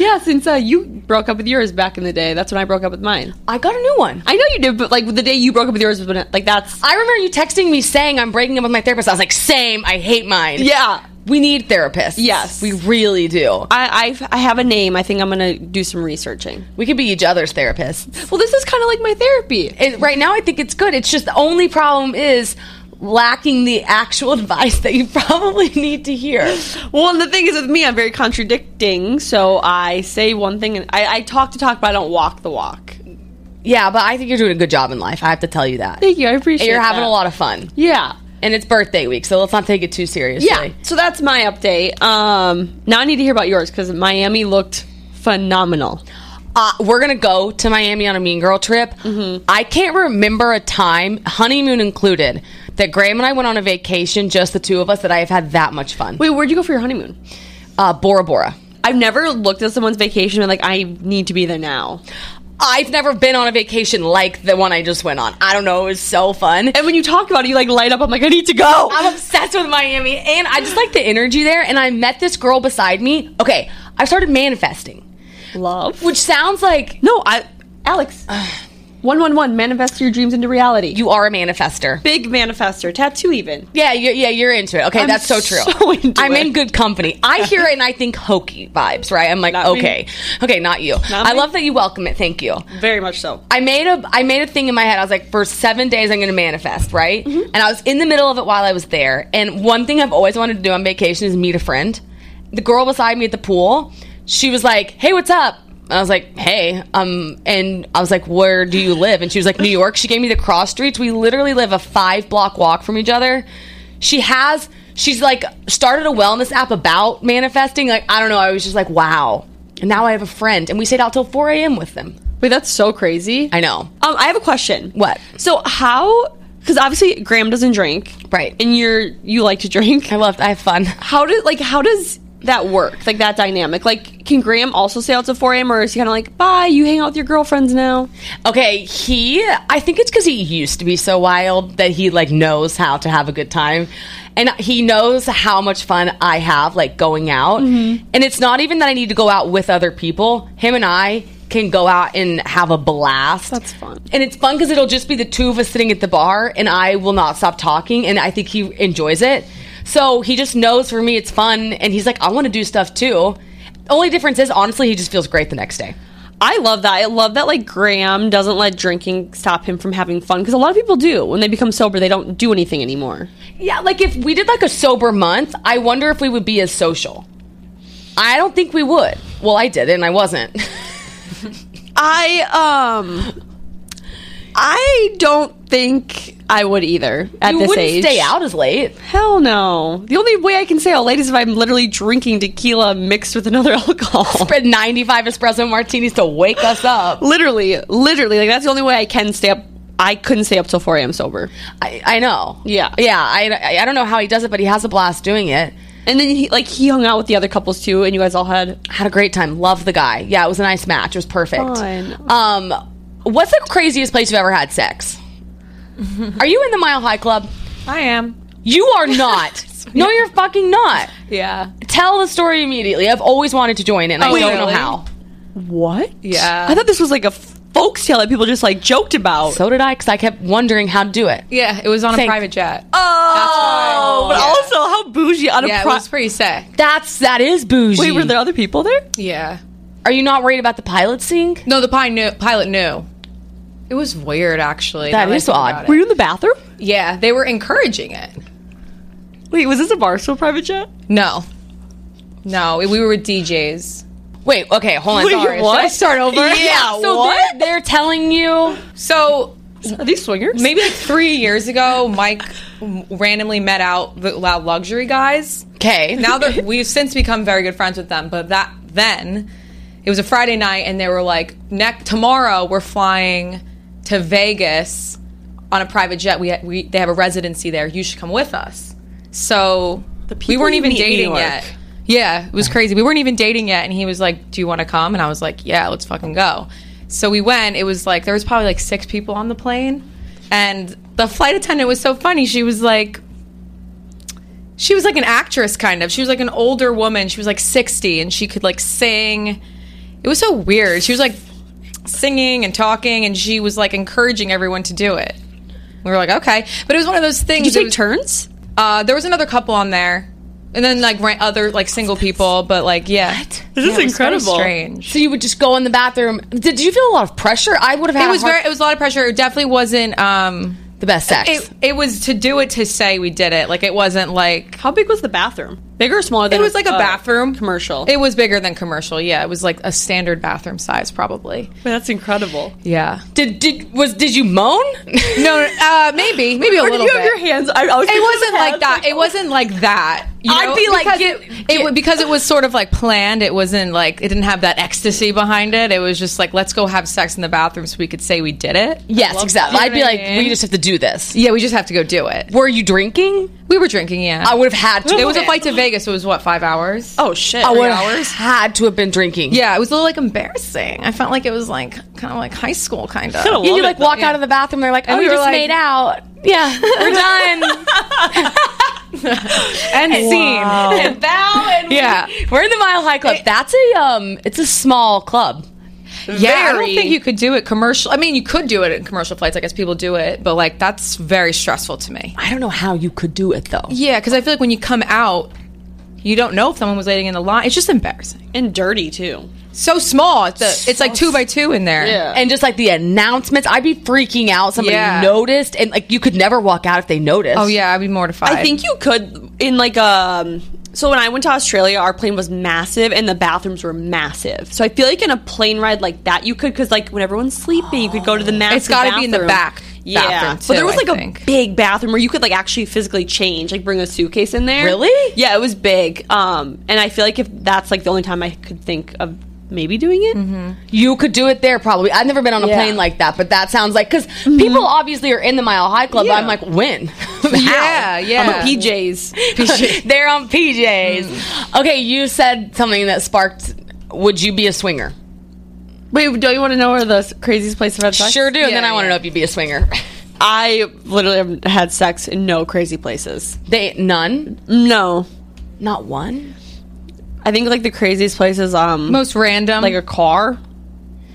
Speaker 2: yeah, since uh, you broke up with yours back in the day, that's when I broke up with mine.
Speaker 3: I got a new one.
Speaker 2: I know you did, but like the day you broke up with yours was when like that's
Speaker 3: I remember you texting me saying I'm breaking up with my therapist. I was like, same. I hate mine.
Speaker 2: yeah.
Speaker 3: We need therapists.
Speaker 2: Yes.
Speaker 3: We really do.
Speaker 2: I I've, I have a name. I think I'm gonna do some researching.
Speaker 3: We could be each other's therapists.
Speaker 2: Well, this is kind of like my therapy.
Speaker 3: And right now, I think it's good. It's just the only problem is lacking the actual [LAUGHS] advice that you probably [LAUGHS] need to hear.
Speaker 2: Well, and the thing is with me, I'm very contradicting. So I say one thing, and I, I talk to talk, but I don't walk the walk.
Speaker 3: Yeah, but I think you're doing a good job in life. I have to tell you that.
Speaker 2: Thank you, I appreciate.
Speaker 3: And you're having
Speaker 2: that.
Speaker 3: a lot of fun.
Speaker 2: Yeah,
Speaker 3: And it's birthday week, so let's not take it too seriously.
Speaker 2: yeah. So that's my update. Um, now I need to hear about yours because Miami looked phenomenal.
Speaker 3: Uh, we're going to go to Miami on a mean girl trip.
Speaker 2: Mm-hmm.
Speaker 3: I can't remember a time, honeymoon included, that Graham and I went on a vacation, just the two of us, that I have had that much fun.
Speaker 2: Wait, where'd you go for your honeymoon?
Speaker 3: Uh, Bora Bora.
Speaker 2: I've never looked at someone's vacation and like I need to be there now.
Speaker 3: I've never been on a vacation like the one I just went on. I don't know. It was so fun.
Speaker 2: And when you talk about it, you like light up. I'm like, I need to go.
Speaker 3: I'm obsessed with Miami, and I just like the energy there. And I met this girl beside me. Okay, I started manifesting,
Speaker 2: Love.
Speaker 3: which sounds like
Speaker 2: No, I [SIGHS] Alex. One one one. Manifest your dreams into reality. You
Speaker 3: you are a manifester.
Speaker 2: big manifester. Tattoo even.
Speaker 3: Yeah, you yeah, you're into it. Okay,
Speaker 2: I'm
Speaker 3: that's so true.
Speaker 2: so [LAUGHS] into
Speaker 3: I'm
Speaker 2: it.
Speaker 3: in good company. I hear it and I think hokey vibes, right? I'm like,
Speaker 2: Not me.
Speaker 3: okay, okay, not you.
Speaker 2: Not
Speaker 3: I
Speaker 2: me.
Speaker 3: love that you welcome it. Thank you.
Speaker 2: Very much so.
Speaker 3: I made a I made a thing in my head. I was like, for seven days, I'm going to manifest, right? And I was in the middle of it while I was there. And one thing I've always wanted to do on vacation is meet a friend. The girl beside me at the pool, she was like, "Hey, what's up?" And I was like, "Hey," um, and I was like, "Where do you live?" And she was like, "New York." She gave me the cross streets. We literally live a five block walk from each other. She has. She's like started a wellness app about manifesting. Like I don't know. I was just like, wow. And now I have a friend, and we stayed out till 4 a.m. with them.
Speaker 2: Wait, that's so crazy.
Speaker 3: I know.
Speaker 2: Um, I have a question.
Speaker 3: What?
Speaker 2: So how? Because obviously Graham doesn't drink,
Speaker 3: Right.
Speaker 2: And you're you like to [LAUGHS] drink.
Speaker 3: I love. I have fun.
Speaker 2: How do like how does that work? Like that dynamic. Like can Graham also stay out to 4 a.m. or is he kind of like bye? You hang out with your girlfriends now.
Speaker 3: Okay, he. I think it's because he used to be so wild that he like knows how to have a good time, and he knows how much fun I have like going out. And it's not even that I need to go out with other people. Him and I can go out and have a blast.
Speaker 2: That's fun.
Speaker 3: And it's fun because it'll just be the two of us sitting at the bar, and I will not stop talking, and I think he enjoys it. So he just knows for me it's fun, and he's like, I want to do stuff too. Only difference is honestly, he just feels great the next day.
Speaker 2: I love that. I love that like Graham doesn't let drinking stop him from having fun because a lot of people do. When they become sober, they don't do anything anymore.
Speaker 3: Yeah, like if we did like a sober month, I wonder if we would be as social. I don't think we would. Well, I did, and I wasn't. [LAUGHS]
Speaker 2: I um I don't think I would either at
Speaker 3: you
Speaker 2: this
Speaker 3: wouldn't
Speaker 2: age.
Speaker 3: stay out as late.
Speaker 2: Hell no. The only way I can say out late is if I'm literally drinking tequila mixed with another [LAUGHS] alcohol.
Speaker 3: Spread ninety-five espresso martinis to wake us up.
Speaker 2: literally, literally, like that's the only way I can stay up. I couldn't stay up till 4 a.m. sober.
Speaker 3: I, I know.
Speaker 2: Yeah.
Speaker 3: yeah. I, I- I don't know how he does it, but he has a blast doing it.
Speaker 2: And then he like he hung out with the other couples too, and you guys all had
Speaker 3: Had a great time. Love the guy. Yeah, it was a nice match. It was perfect.
Speaker 2: Fun.
Speaker 3: Um, what's the craziest place you've ever had
Speaker 2: [LAUGHS]
Speaker 3: sex? Are you in the Mile High Club?
Speaker 4: I am.
Speaker 3: You
Speaker 2: [LAUGHS]
Speaker 3: are not. no, you're fucking not.
Speaker 4: Yeah.
Speaker 3: Tell the story immediately. I've always wanted to join it. and I
Speaker 4: Oh,
Speaker 3: don't know
Speaker 4: really?
Speaker 3: how.
Speaker 2: what?
Speaker 4: Yeah.
Speaker 2: I thought this was like a folks tale that people just like joked about.
Speaker 3: So did I, because I kept wondering how to do it.
Speaker 4: Yeah, it was on
Speaker 3: Thank-
Speaker 4: a private jet.
Speaker 2: oh, but
Speaker 4: Yeah.
Speaker 2: also how bougie on a
Speaker 4: yeah,
Speaker 2: pro-
Speaker 4: it was pretty sick.
Speaker 3: That's that is bougie.
Speaker 2: Wait, were there other people there?
Speaker 4: Yeah.
Speaker 3: Are you not worried about the pilot seeing?
Speaker 4: No, the pi- knew, pilot knew. It was weird, actually.
Speaker 3: That
Speaker 4: now I
Speaker 3: is
Speaker 4: think
Speaker 3: odd.
Speaker 4: about it.
Speaker 2: Were you in the bathroom?
Speaker 4: Yeah, they were encouraging it.
Speaker 2: Wait, was this a Barstool private jet?
Speaker 4: No, no, we were with DJs.
Speaker 3: Wait, okay, hold on.
Speaker 2: Wait,
Speaker 3: sorry.
Speaker 2: what?
Speaker 3: Should I start over?
Speaker 2: [LAUGHS] Yeah,
Speaker 3: [LAUGHS] so
Speaker 2: what?
Speaker 3: They're, they're telling you.
Speaker 4: So
Speaker 2: Are these swingers?
Speaker 3: [LAUGHS]
Speaker 4: maybe like three years ago, Mike randomly met out the Loud Luxury guys.
Speaker 3: Okay.
Speaker 4: Now
Speaker 3: [LAUGHS]
Speaker 4: that we've since become very good friends with them, but that then it was a Friday night, and they were like, "Neck tomorrow, we're flying to Vegas on a private jet. We, we they have a residency there. You should come with us." So we
Speaker 2: people
Speaker 4: weren't
Speaker 2: you
Speaker 4: even
Speaker 2: meet in New
Speaker 4: dating
Speaker 2: York.
Speaker 4: yet. Yeah, it was crazy. We weren't even dating yet, and he was like, "Do you want to come?" And I was like, "Yeah, let's fucking go." So we went. It was like there was probably like six people on the plane, and the flight attendant was so funny. She was like, she was like an actress, kind of. She was like an older woman. She was like sixty, and she could like sing. It was so weird. She was like singing and talking, and she was like encouraging everyone to do it. We were like, okay, but it was one of those things.
Speaker 2: Did you
Speaker 4: it
Speaker 2: take
Speaker 4: was-
Speaker 2: turns?
Speaker 4: uh, there was another couple on there, and then like ran- other like single people, but like yeah,
Speaker 2: This
Speaker 4: Yeah,
Speaker 2: is
Speaker 4: it was very
Speaker 2: incredible.
Speaker 4: strange.
Speaker 3: So you would just go in the bathroom. Did you feel a lot of pressure? I would have had
Speaker 4: It
Speaker 3: a
Speaker 4: was
Speaker 3: hard-
Speaker 4: very it was a lot of pressure. It definitely wasn't. um
Speaker 3: the best sex.
Speaker 4: It it was to do it to say we did it. Like it wasn't like
Speaker 2: How big was the bathroom? Bigger or smaller than
Speaker 4: it was like a
Speaker 2: uh,
Speaker 4: bathroom
Speaker 2: commercial?
Speaker 4: It was bigger than commercial. Yeah, it was like a standard bathroom size probably.
Speaker 2: that's incredible.
Speaker 4: Yeah.
Speaker 3: did did was did you moan?
Speaker 4: [LAUGHS] No, no, uh, maybe maybe a
Speaker 2: Or did
Speaker 4: little
Speaker 2: you have
Speaker 4: bit.
Speaker 2: your hands? I, I was
Speaker 4: it
Speaker 2: thinking
Speaker 4: wasn't
Speaker 2: of
Speaker 4: like
Speaker 2: hands,
Speaker 4: that. It wasn't like that. you
Speaker 2: I'd
Speaker 4: know?
Speaker 2: be like,
Speaker 4: because
Speaker 2: get-
Speaker 4: it wa- because it was sort of like planned. It wasn't like it didn't have that ecstasy behind it. It was just like let's go have sex in the bathroom so we could say we did it.
Speaker 3: yes, exactly. I'd be like,
Speaker 4: mean?
Speaker 3: we just have to do this.
Speaker 4: Yeah, we just have to go do it.
Speaker 3: Were you drinking?
Speaker 4: We were drinking. Yeah,
Speaker 3: I would have had to.
Speaker 4: It was a flight to Vegas. It was what five hours.
Speaker 2: Oh shit!
Speaker 3: I
Speaker 2: Three
Speaker 3: would have
Speaker 2: hours?
Speaker 3: had to have been drinking.
Speaker 4: yeah, it was a little like embarrassing. I felt like it was like kind of like high school kind of.
Speaker 3: Yeah,
Speaker 2: Love
Speaker 3: you
Speaker 2: it,
Speaker 3: like
Speaker 2: though.
Speaker 3: walk out of the bathroom. They're like, oh,
Speaker 4: And we
Speaker 3: we
Speaker 4: were
Speaker 3: just
Speaker 4: like-
Speaker 3: made out. Yeah, we're done. [LAUGHS]
Speaker 4: [LAUGHS] And scene. Oh.
Speaker 3: and bow and
Speaker 4: Yeah.
Speaker 3: we're in the Mile High Club. That's a um, it's a small club.
Speaker 4: Yeah, I don't
Speaker 2: Very-
Speaker 4: think you could do it commercial. I mean, you could do it in commercial flights. I guess people do it, but like that's very stressful to me.
Speaker 3: I don't know how you could do it though.
Speaker 4: Yeah, because I feel like when you come out, you don't know if someone was waiting in the line. It's just embarrassing.
Speaker 2: and dirty too.
Speaker 4: So small. It's, the, it's like two by two in there.
Speaker 2: Yeah.
Speaker 3: And just like the announcements, I'd be freaking out. Somebody
Speaker 4: Yeah.
Speaker 3: noticed, and like you could never walk out if they noticed.
Speaker 4: Oh yeah, I'd be mortified.
Speaker 2: I think you could in like um so when I went to Australia, our plane was massive and the bathrooms were massive. So I feel like in a plane ride like that, you could because like when everyone's sleeping, you could go to the massive.
Speaker 4: It's gotta be in the
Speaker 2: bathroom.
Speaker 4: back
Speaker 2: Yeah,
Speaker 4: bathroom,
Speaker 2: but
Speaker 4: too,
Speaker 2: there was
Speaker 4: I
Speaker 2: like
Speaker 4: think.
Speaker 2: a big bathroom where you could like actually physically change, like bring a suitcase in there.
Speaker 3: Really?
Speaker 2: Yeah, it was big. Um, and I feel like if that's like the only time I could think of maybe doing it.
Speaker 4: Mm-hmm.
Speaker 3: you could do it there probably. I've never been on a
Speaker 2: Yeah.
Speaker 3: plane like that, but that sounds like because
Speaker 4: Mm-hmm.
Speaker 3: people obviously are in the Mile High Club. But I'm like, when? [LAUGHS]
Speaker 4: Yeah, yeah.
Speaker 2: I'm a
Speaker 4: [LAUGHS]
Speaker 2: PJs.
Speaker 3: They're on PJs.
Speaker 4: Mm.
Speaker 3: Okay, you said something that sparked. Would you be a swinger?
Speaker 2: Wait, don't you want to know where the s- craziest place I've had sex?
Speaker 3: Sure do. and then
Speaker 4: Yeah,
Speaker 3: I want to
Speaker 4: yeah.
Speaker 3: know if you'd be a swinger.
Speaker 2: I literally have had sex in no crazy places.
Speaker 3: They none,
Speaker 2: No.
Speaker 3: not one.
Speaker 2: I think like the craziest place is um
Speaker 4: most random.
Speaker 2: like a car.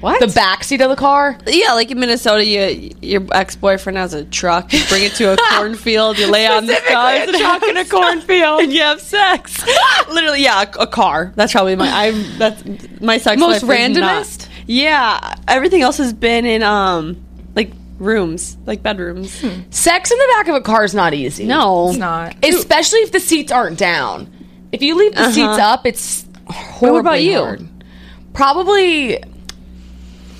Speaker 3: The backseat of the car.
Speaker 2: Yeah, like in Minnesota, you, your ex boyfriend has a truck. You bring it [LAUGHS] to a cornfield. You lay on the
Speaker 4: Specifically
Speaker 2: sky.
Speaker 4: a
Speaker 2: and [LAUGHS]
Speaker 4: truck
Speaker 2: in a cornfield, and you have [LAUGHS] sex. Literally, yeah, a, a car. That's probably my I'm that's my sex
Speaker 4: Most
Speaker 2: life is not-
Speaker 4: randomest?
Speaker 2: yeah, everything else has been in um like rooms, like bedrooms.
Speaker 3: Sex in the back of a car is not easy.
Speaker 2: No,
Speaker 4: it's not.
Speaker 3: especially if the seats aren't down. If you leave the seats up, it's horrible.
Speaker 2: Uh-huh. what about you?
Speaker 3: Probably.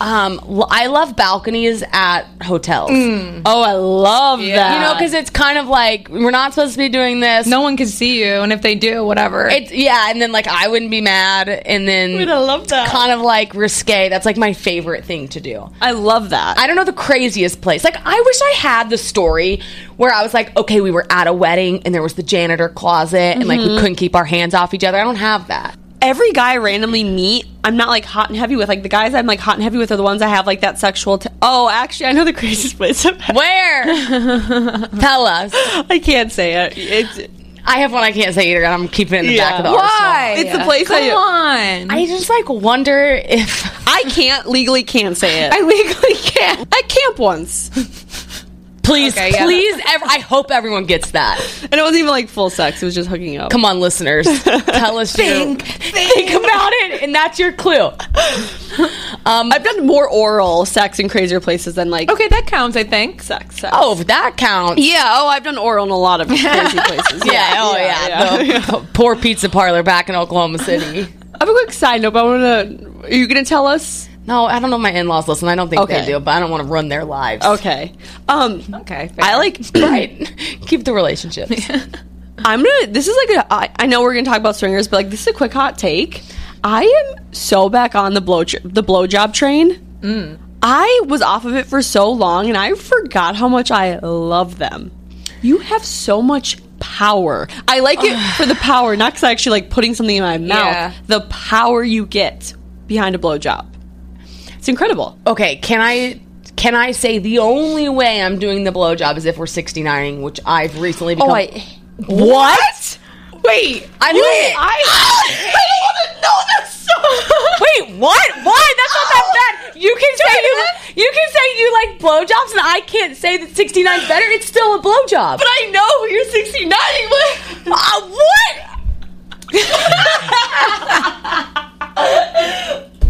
Speaker 3: Um, l- I love balconies at hotels.
Speaker 2: Oh, I love that.
Speaker 3: You know, because it's kind of like we're not supposed to be doing this.
Speaker 4: no one can see you, and if they do, whatever.
Speaker 3: it's yeah, and then like I wouldn't be mad, and then
Speaker 2: Dude, I love that.
Speaker 3: kind of like risque. That's like my favorite thing to do.
Speaker 2: I love that.
Speaker 3: I don't know the craziest place. Like I wish I had the story where I was like, okay, we were at a wedding and there was the janitor closet and like we couldn't keep our hands off each other. I don't have that.
Speaker 2: every guy I randomly meet, I'm not like hot and heavy with. Like the guys I'm like hot and heavy with are the ones I have like that sexual. T- oh, actually, I know the [LAUGHS] craziest place. I've had.
Speaker 3: Where? Tell us.
Speaker 2: I can't say it. It's
Speaker 3: I have one I can't say either, and I'm keeping it in the
Speaker 2: Yeah.
Speaker 3: back of the
Speaker 4: Why?
Speaker 3: arsenal.
Speaker 2: it's the place
Speaker 4: Come
Speaker 2: I
Speaker 4: on.
Speaker 3: I just like wonder if
Speaker 2: I can't legally can't say it.
Speaker 4: I legally can't.
Speaker 2: I camp once,
Speaker 3: please,
Speaker 4: Okay, yeah.
Speaker 3: please, ev- I hope everyone gets that.
Speaker 2: and it wasn't even like full sex. It was just hooking up.
Speaker 3: Come on, listeners, tell us. Think, think about it, and that's your clue. Um,
Speaker 2: I've done more oral sex in crazier places than like
Speaker 4: Okay, that counts. I think.
Speaker 2: sex. sex.
Speaker 3: oh, if that counts.
Speaker 2: yeah. Oh, I've done oral in a lot of [LAUGHS] crazy places.
Speaker 3: Yeah, oh yeah.
Speaker 2: yeah,
Speaker 3: [LAUGHS] the- the poor pizza parlor back in Oklahoma City.
Speaker 2: I have a quick side note, but I want to. Are you going to tell us?
Speaker 3: No, I don't know if my in-laws listen. I don't think
Speaker 2: Okay.
Speaker 3: they do, but I don't want to run their lives.
Speaker 2: Okay. Um,
Speaker 4: Okay.
Speaker 2: I like. [CLEARS THROAT]
Speaker 3: right. Keep the relationship.
Speaker 4: [LAUGHS]
Speaker 2: I'm gonna. This is like a. I, I know we're gonna talk about stringers, but like this is a quick hot take. I am so back on the blow the blowjob train.
Speaker 4: Mm.
Speaker 2: I was off of it for so long, and I forgot how much I love them. You have so much power. I like it for
Speaker 4: [SIGHS]
Speaker 2: the power, not because I actually like putting something in my mouth.
Speaker 4: Yeah.
Speaker 2: The power you get behind a blowjob. It's incredible.
Speaker 3: Okay, can I can I say the only way I'm doing the blowjob is if we're 69ing, which I've recently become.
Speaker 2: what? Wait,
Speaker 3: I
Speaker 2: you-
Speaker 3: lit.
Speaker 2: [GASPS] I don't want to know this.
Speaker 3: [LAUGHS] Wait, what? Why? That's not that bad. You can say you, you can say you like blowjobs, and I can't say that 69's better. It's still a blowjob.
Speaker 2: But I know you're 69. [LAUGHS] But uh, what?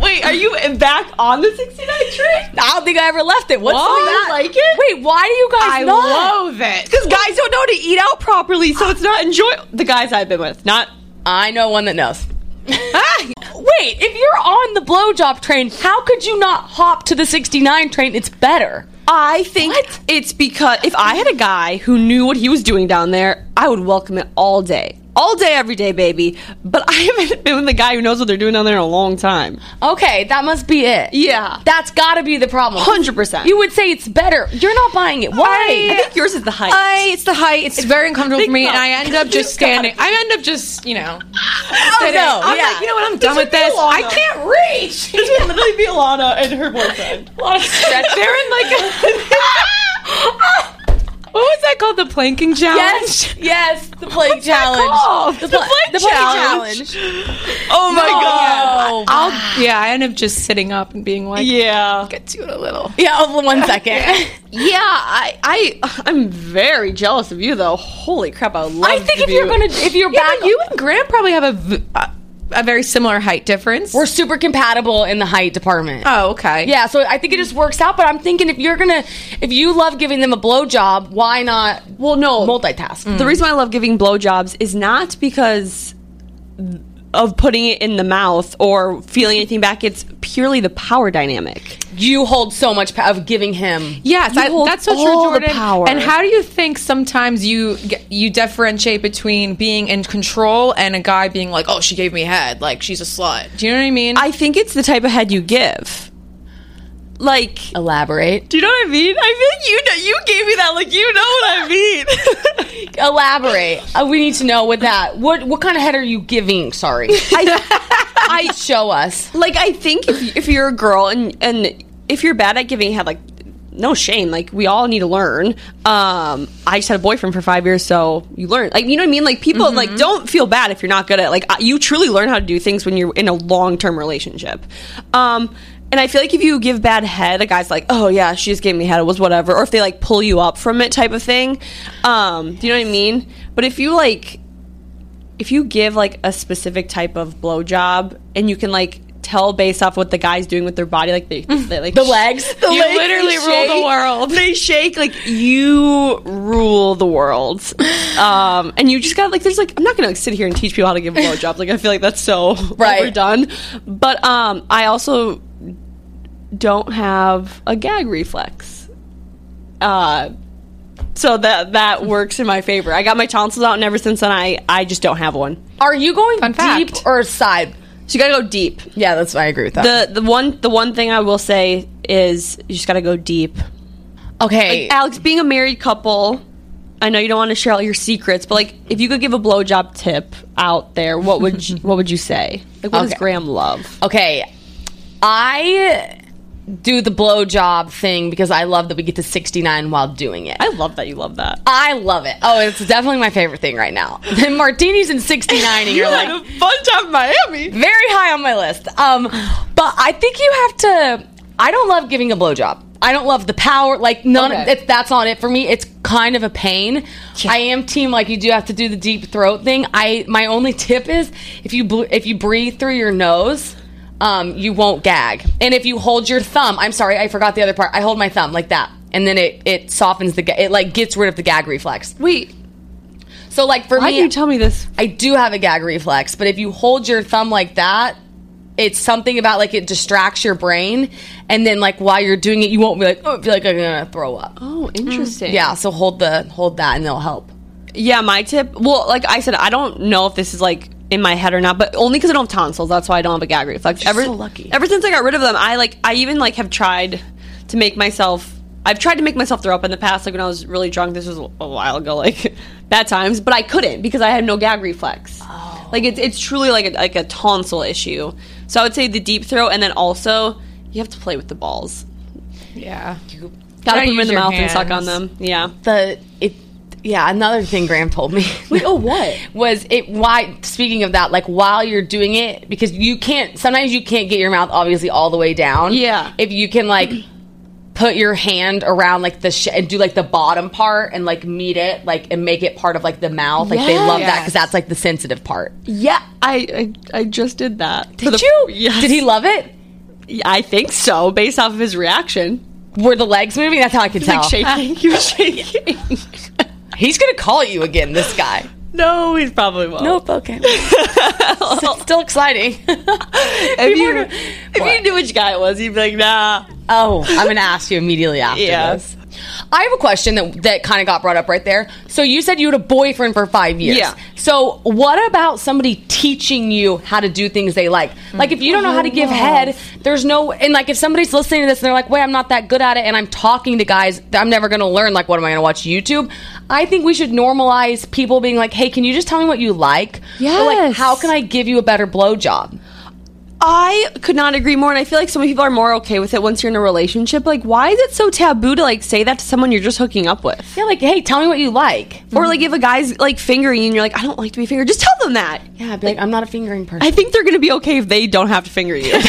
Speaker 2: Wait, are you back on the 69 train?
Speaker 3: I don't think I ever left it. What's
Speaker 2: Why?
Speaker 3: the
Speaker 2: You like it?
Speaker 3: Wait, why do you guys
Speaker 4: I
Speaker 3: not?
Speaker 4: loathe it.
Speaker 2: Because guys don't know how to eat out properly, so it's not enjoy. The guys I've been with, not.
Speaker 3: I know one
Speaker 2: [LAUGHS]
Speaker 3: that knows. Ah, Wait, if you're on the blowjob train, how could you not hop to the 69 train? It's better.
Speaker 2: I think
Speaker 3: What?
Speaker 2: it's because if I had a guy who knew what he was doing down there, I would welcome it all day. All day, every day, baby. But [LAUGHS] I haven't been with a guy who knows what they're doing down there in a long time.
Speaker 3: Okay, that must be it.
Speaker 2: Yeah.
Speaker 3: That's got to be the problem.
Speaker 2: 100%.
Speaker 3: You would say it's better. You're not buying it. Why?
Speaker 2: I think yours is the height.
Speaker 4: I, it's the height. It's very uncomfortable for me,
Speaker 2: no.
Speaker 4: and I end up [LAUGHS] just standing. I end up just, you
Speaker 3: oh, no.
Speaker 4: know, I'm like, you know what? I'm done with this. I can't reach.
Speaker 2: This would literally be Alana and her boyfriend.
Speaker 4: They're in like a. what was that called? The planking challenge.
Speaker 3: Yes, yes, the plague challenge.
Speaker 4: called?
Speaker 3: The, pla-
Speaker 4: plague
Speaker 3: the plague
Speaker 4: challenge.
Speaker 3: challenge.
Speaker 2: Oh my
Speaker 3: Oh,
Speaker 4: I'll, yeah, I end up just sitting up and being like,
Speaker 2: Yeah.
Speaker 4: get to it a little.
Speaker 3: yeah. hold on One second.
Speaker 2: Yeah, I, I I'm very jealous of you though. Holy crap, I love
Speaker 3: I think if you're gonna, if you're
Speaker 4: Yeah,
Speaker 3: back,
Speaker 4: but you and Graham probably have a, v- a- a very similar height difference.
Speaker 3: we're super compatible in the height department.
Speaker 4: oh, okay.
Speaker 3: Yeah, so I think it just works out. But I'm thinking if you're gonna, if you love giving them a blowjob, why not
Speaker 2: Well no
Speaker 3: multitask?
Speaker 2: The reason why I love giving blowjobs is not because of putting it in the mouth or feeling anything back. It's purely the power dynamic.
Speaker 3: You hold so much pa- of giving him.
Speaker 4: Yes,
Speaker 2: You
Speaker 4: I,
Speaker 2: hold
Speaker 4: that's so true,
Speaker 2: all the
Speaker 4: Jordan.
Speaker 2: power.
Speaker 4: And how do you think sometimes you get- you differentiate between being in control and a guy being like, "Oh, she gave me head, like she's a slut." Do you know what I mean?
Speaker 2: I think it's the type of head you give. Like, do
Speaker 3: Elaborate.
Speaker 2: you know what I mean? I think you know. You gave me that like you know what I mean.
Speaker 3: Elaborate. Uh, we need to know with that. What what kind of head are you giving?
Speaker 2: [LAUGHS]
Speaker 3: Sorry, [LAUGHS]
Speaker 2: I, I
Speaker 3: show us.
Speaker 2: [LAUGHS] like I think if, if you're a girl and and if you're bad at giving head, like no shame, like we all need to learn. Um, I just had a boyfriend for five years, so you learn. Like you know what I mean? Like people like don't feel bad if you're not good at like I- you truly learn how to do things when you're in a long term relationship. Um. And I feel like if you give bad head, a guy's like, "Oh yeah, she just gave me head. It was whatever." Or if they like pull you up from it, type of thing. Um, do you know what I mean? But if you like if you give like a specific type of blowjob and you can like tell based off what the guy's doing with their body, like they, they like
Speaker 3: The legs.
Speaker 2: the
Speaker 4: Mm. You
Speaker 2: legs, they
Speaker 4: literally rule the
Speaker 2: shake.
Speaker 4: world.
Speaker 2: They shake like you rule the world, um, and you just got like there's like I'm not gonna like sit here and teach people how to give blowjobs. Like I feel like that's
Speaker 4: [LAUGHS]
Speaker 2: so
Speaker 3: Right.
Speaker 2: overdone. But um, I also don't have a gag reflex. Uh, so that that works in my favor. I got my tonsils out, and ever since then, I I just don't have one.
Speaker 3: Are you going
Speaker 4: Fun
Speaker 3: deep
Speaker 4: fact.
Speaker 3: or side?
Speaker 2: So you gotta go deep.
Speaker 3: Yeah, that's I agree with that.
Speaker 2: The the one the one thing I will say is you just gotta go deep.
Speaker 3: okay,
Speaker 2: Alex, being a married couple, I know you don't want to share all your secrets, but like if you could give a blowjob tip out there, what would you, what would you say? Like what does
Speaker 3: Okay.
Speaker 2: Graham love?
Speaker 3: okay. I do the blowjob thing because I love that we get to 69 while doing it.
Speaker 2: I love that you love that.
Speaker 3: I love it. Oh, it's definitely my favorite thing right now. [LAUGHS] The martinis and 69 and you're like
Speaker 2: a fun time in Miami.
Speaker 3: very high on my list. Um, but I think you have to. I don't love giving a blowjob. I don't love the power. Like none.
Speaker 2: Okay.
Speaker 3: It, that's not it for me. It's kind of a pain. I am team. Like you do have to do the deep throat thing. I my only tip is if you bl- if you breathe through your nose. Um, you won't gag, and if you hold your thumb, I'm sorry, I forgot the other part. I hold my thumb like that, and then it it softens the ga- it like gets rid of the gag reflex.
Speaker 2: Wait,
Speaker 3: So like for
Speaker 2: Why
Speaker 3: me,
Speaker 2: do you tell me this?
Speaker 3: I do have a gag reflex, but if you hold your thumb like that, it's something about like it distracts your brain, and then like while you're doing it, you won't be like oh, feel like I'm gonna throw up.
Speaker 2: Oh, interesting.
Speaker 3: Yeah, so hold the hold that, and it'll help.
Speaker 2: Yeah, my tip. Well, like I said, I don't know if this is like in my head or not, but only because I don't have tonsils, that's why I don't have a gag reflex. Ever
Speaker 3: so lucky.
Speaker 2: Ever since I got rid of them, I like I even like have tried to make myself. I've tried to make myself throw up in the past, like when I was really drunk. This was a while ago, like [LAUGHS] bad times, but I couldn't because I had no gag reflex. Like it's it's truly like a, like a tonsil issue. So I would say the deep throat, and then also you have to play with the balls.
Speaker 4: Yeah.
Speaker 2: Gotta
Speaker 4: Gotta
Speaker 2: put them in
Speaker 4: use
Speaker 2: the
Speaker 4: your
Speaker 2: mouth and suck on
Speaker 4: hands.
Speaker 2: them. Yeah.
Speaker 3: The it yeah another thing Graham told me.
Speaker 2: oh, what?
Speaker 3: [LAUGHS] was it why speaking of that like while you're doing it because you can't sometimes you can't get your mouth obviously all the way down
Speaker 2: Yeah.
Speaker 3: if you can like put your hand around like the sh- and do like the bottom part and like meet it like and make it part of like the mouth like they love that because
Speaker 4: Yes.
Speaker 3: that's like the sensitive part
Speaker 2: Yeah, I I, I just did that. Did
Speaker 3: you
Speaker 2: Yes.
Speaker 3: did he love it
Speaker 2: I think so, based off of his reaction.
Speaker 3: were the legs moving that's how i could tell
Speaker 2: Like shaking, [LAUGHS] he was shaking.
Speaker 3: he's gonna call you again this guy
Speaker 2: [LAUGHS] no, he's probably won't.
Speaker 3: okay It's still exciting
Speaker 2: [LAUGHS] if you
Speaker 3: were-
Speaker 2: if you knew which guy it was, you'd be like, nah.
Speaker 3: oh i'm gonna ask you immediately after
Speaker 2: Yeah.
Speaker 3: this I have a question that that kind of got brought up right there. So you said you had a boyfriend for five years.
Speaker 2: Yeah.
Speaker 3: So what about somebody teaching you how to do things they like? Like if you don't know how to give head, there's no and like if somebody's listening to this and they're like, "Wait, I'm not that good at it," and I'm talking to guys, that I'm never going to learn. Like, what am I going to watch YouTube? I think we should normalize people being like, "Hey, can you just tell me what you like?" Or like,
Speaker 2: Yes.
Speaker 3: how can I give you a better blowjob?
Speaker 2: I could not agree more, and I feel like so many people are more okay with it once you're in a relationship. Like, why is it so taboo to like say that to someone you're just hooking up with?
Speaker 3: Yeah, like, hey, tell me what you like.
Speaker 2: Or like if a guy's like fingering you and you're like, I don't like to be fingered, just tell them that.
Speaker 3: Yeah, I'd be like, I'm not a fingering person.
Speaker 2: I think they're gonna be okay if they don't have to finger [LAUGHS] you. They're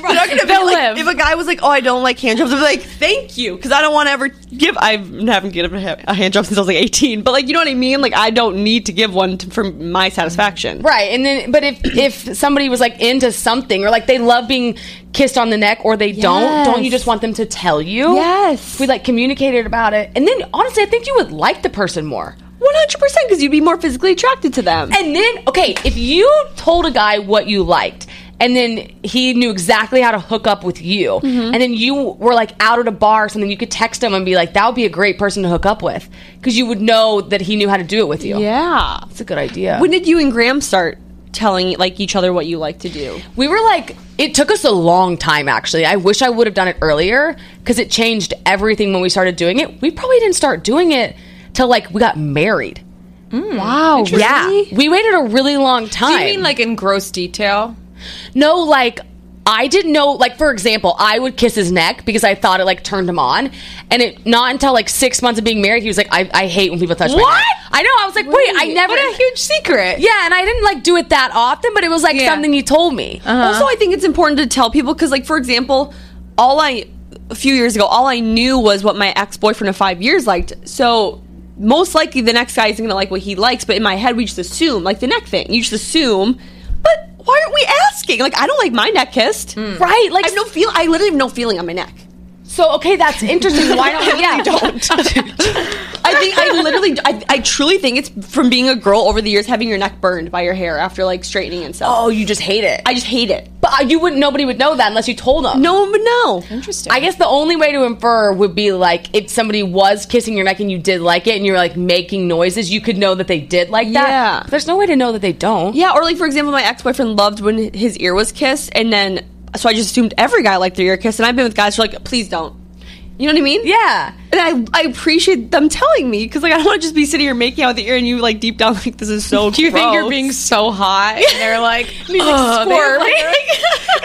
Speaker 2: not gonna be
Speaker 4: They'll
Speaker 2: like-
Speaker 4: live.
Speaker 2: If a guy was like, "Oh, I don't like hand jobs," I'd be like, "Thank you," because I don't want to ever give. I haven't given a ha- a hand job since I was like 18, but like, you know what I mean? Like, I don't need to give one to, for my satisfaction.
Speaker 3: Right, and then
Speaker 2: [CLEARS THROAT]
Speaker 3: but if if somebody was like into something or like they love being kissed on the neck or they don't, don't you just want them to tell you?
Speaker 2: Yes.
Speaker 3: If we like communicated about it, and then honestly, I think you would like the person more.
Speaker 2: 100 percent because you'd be more physically attracted to them.
Speaker 3: And then okay, if you told a guy what you liked. And then he knew exactly how to hook up with you.
Speaker 2: Mm-hmm.
Speaker 3: And then you were like out at a bar or something. You could text him and be like, that would be a great person to hook up with. Because you would know that he knew how to do it with you.
Speaker 2: yeah.
Speaker 3: That's a good idea.
Speaker 2: When did you and Graham start telling like each other what you like to do?
Speaker 3: We were like, it took us a long time actually. I wish I would have done it earlier because it changed everything when we started doing it. We probably didn't start doing it till like we got married.
Speaker 2: Wow.
Speaker 3: Yeah. We waited a really long time.
Speaker 4: Mm. Do you mean like in gross detail?
Speaker 3: No, like I didn't know. Like for example, I would kiss his neck because I thought it like turned him on, and it not until like six months of being married, he was like, I, I hate when people touch my
Speaker 4: What?
Speaker 3: neck. I know. I was like, wait, I never.
Speaker 4: What a huge secret.
Speaker 3: yeah, and I didn't like do it that often, but it was like
Speaker 4: Yeah. Uh-huh.
Speaker 3: something you told me.
Speaker 2: Also, I think it's important to tell people because, like, for example, all I a few years ago, all I knew was what my ex boyfriend of five years liked. So most likely, the next guy isn't going to like what he likes. But in my head, we just assume, like the neck thing. You just assume, but why aren't we asking? Like, I don't like my neck kissed.
Speaker 3: Right,
Speaker 2: Hmm.
Speaker 3: like
Speaker 2: I have no feel. I literally have no feeling on my neck.
Speaker 3: So Oh, okay, that's interesting. Why
Speaker 4: [LAUGHS]
Speaker 3: don't we? Yeah,
Speaker 2: [LAUGHS] I think I literally, I, I truly think it's from being a girl over the years having your neck burned by your hair after like straightening and stuff.
Speaker 3: Oh, you just hate it.
Speaker 2: I just hate it.
Speaker 3: but uh, you wouldn't. Nobody would know that unless you told them.
Speaker 2: No one would know.
Speaker 4: Interesting.
Speaker 3: I guess the only way to infer would be like if somebody was kissing your neck and you did like it and you were like making noises, you could know that they did like that.
Speaker 2: Yeah.
Speaker 3: But there's no way to know that they don't.
Speaker 2: Yeah, or like for example, my ex boyfriend loved when his ear was kissed, and then so I just assumed every guy liked their ear kissed. And I've been with guys who are like, please don't. You know what I mean?
Speaker 3: Yeah.
Speaker 2: And I I appreciate them telling me because like I don't want to just be sitting here making out with the ear, and you like deep down [LAUGHS] like this is so.
Speaker 4: Do you think you're
Speaker 2: gross. [LAUGHS]
Speaker 4: being so hot? And they're like, "Ugh," they're
Speaker 3: squirming.
Speaker 4: like-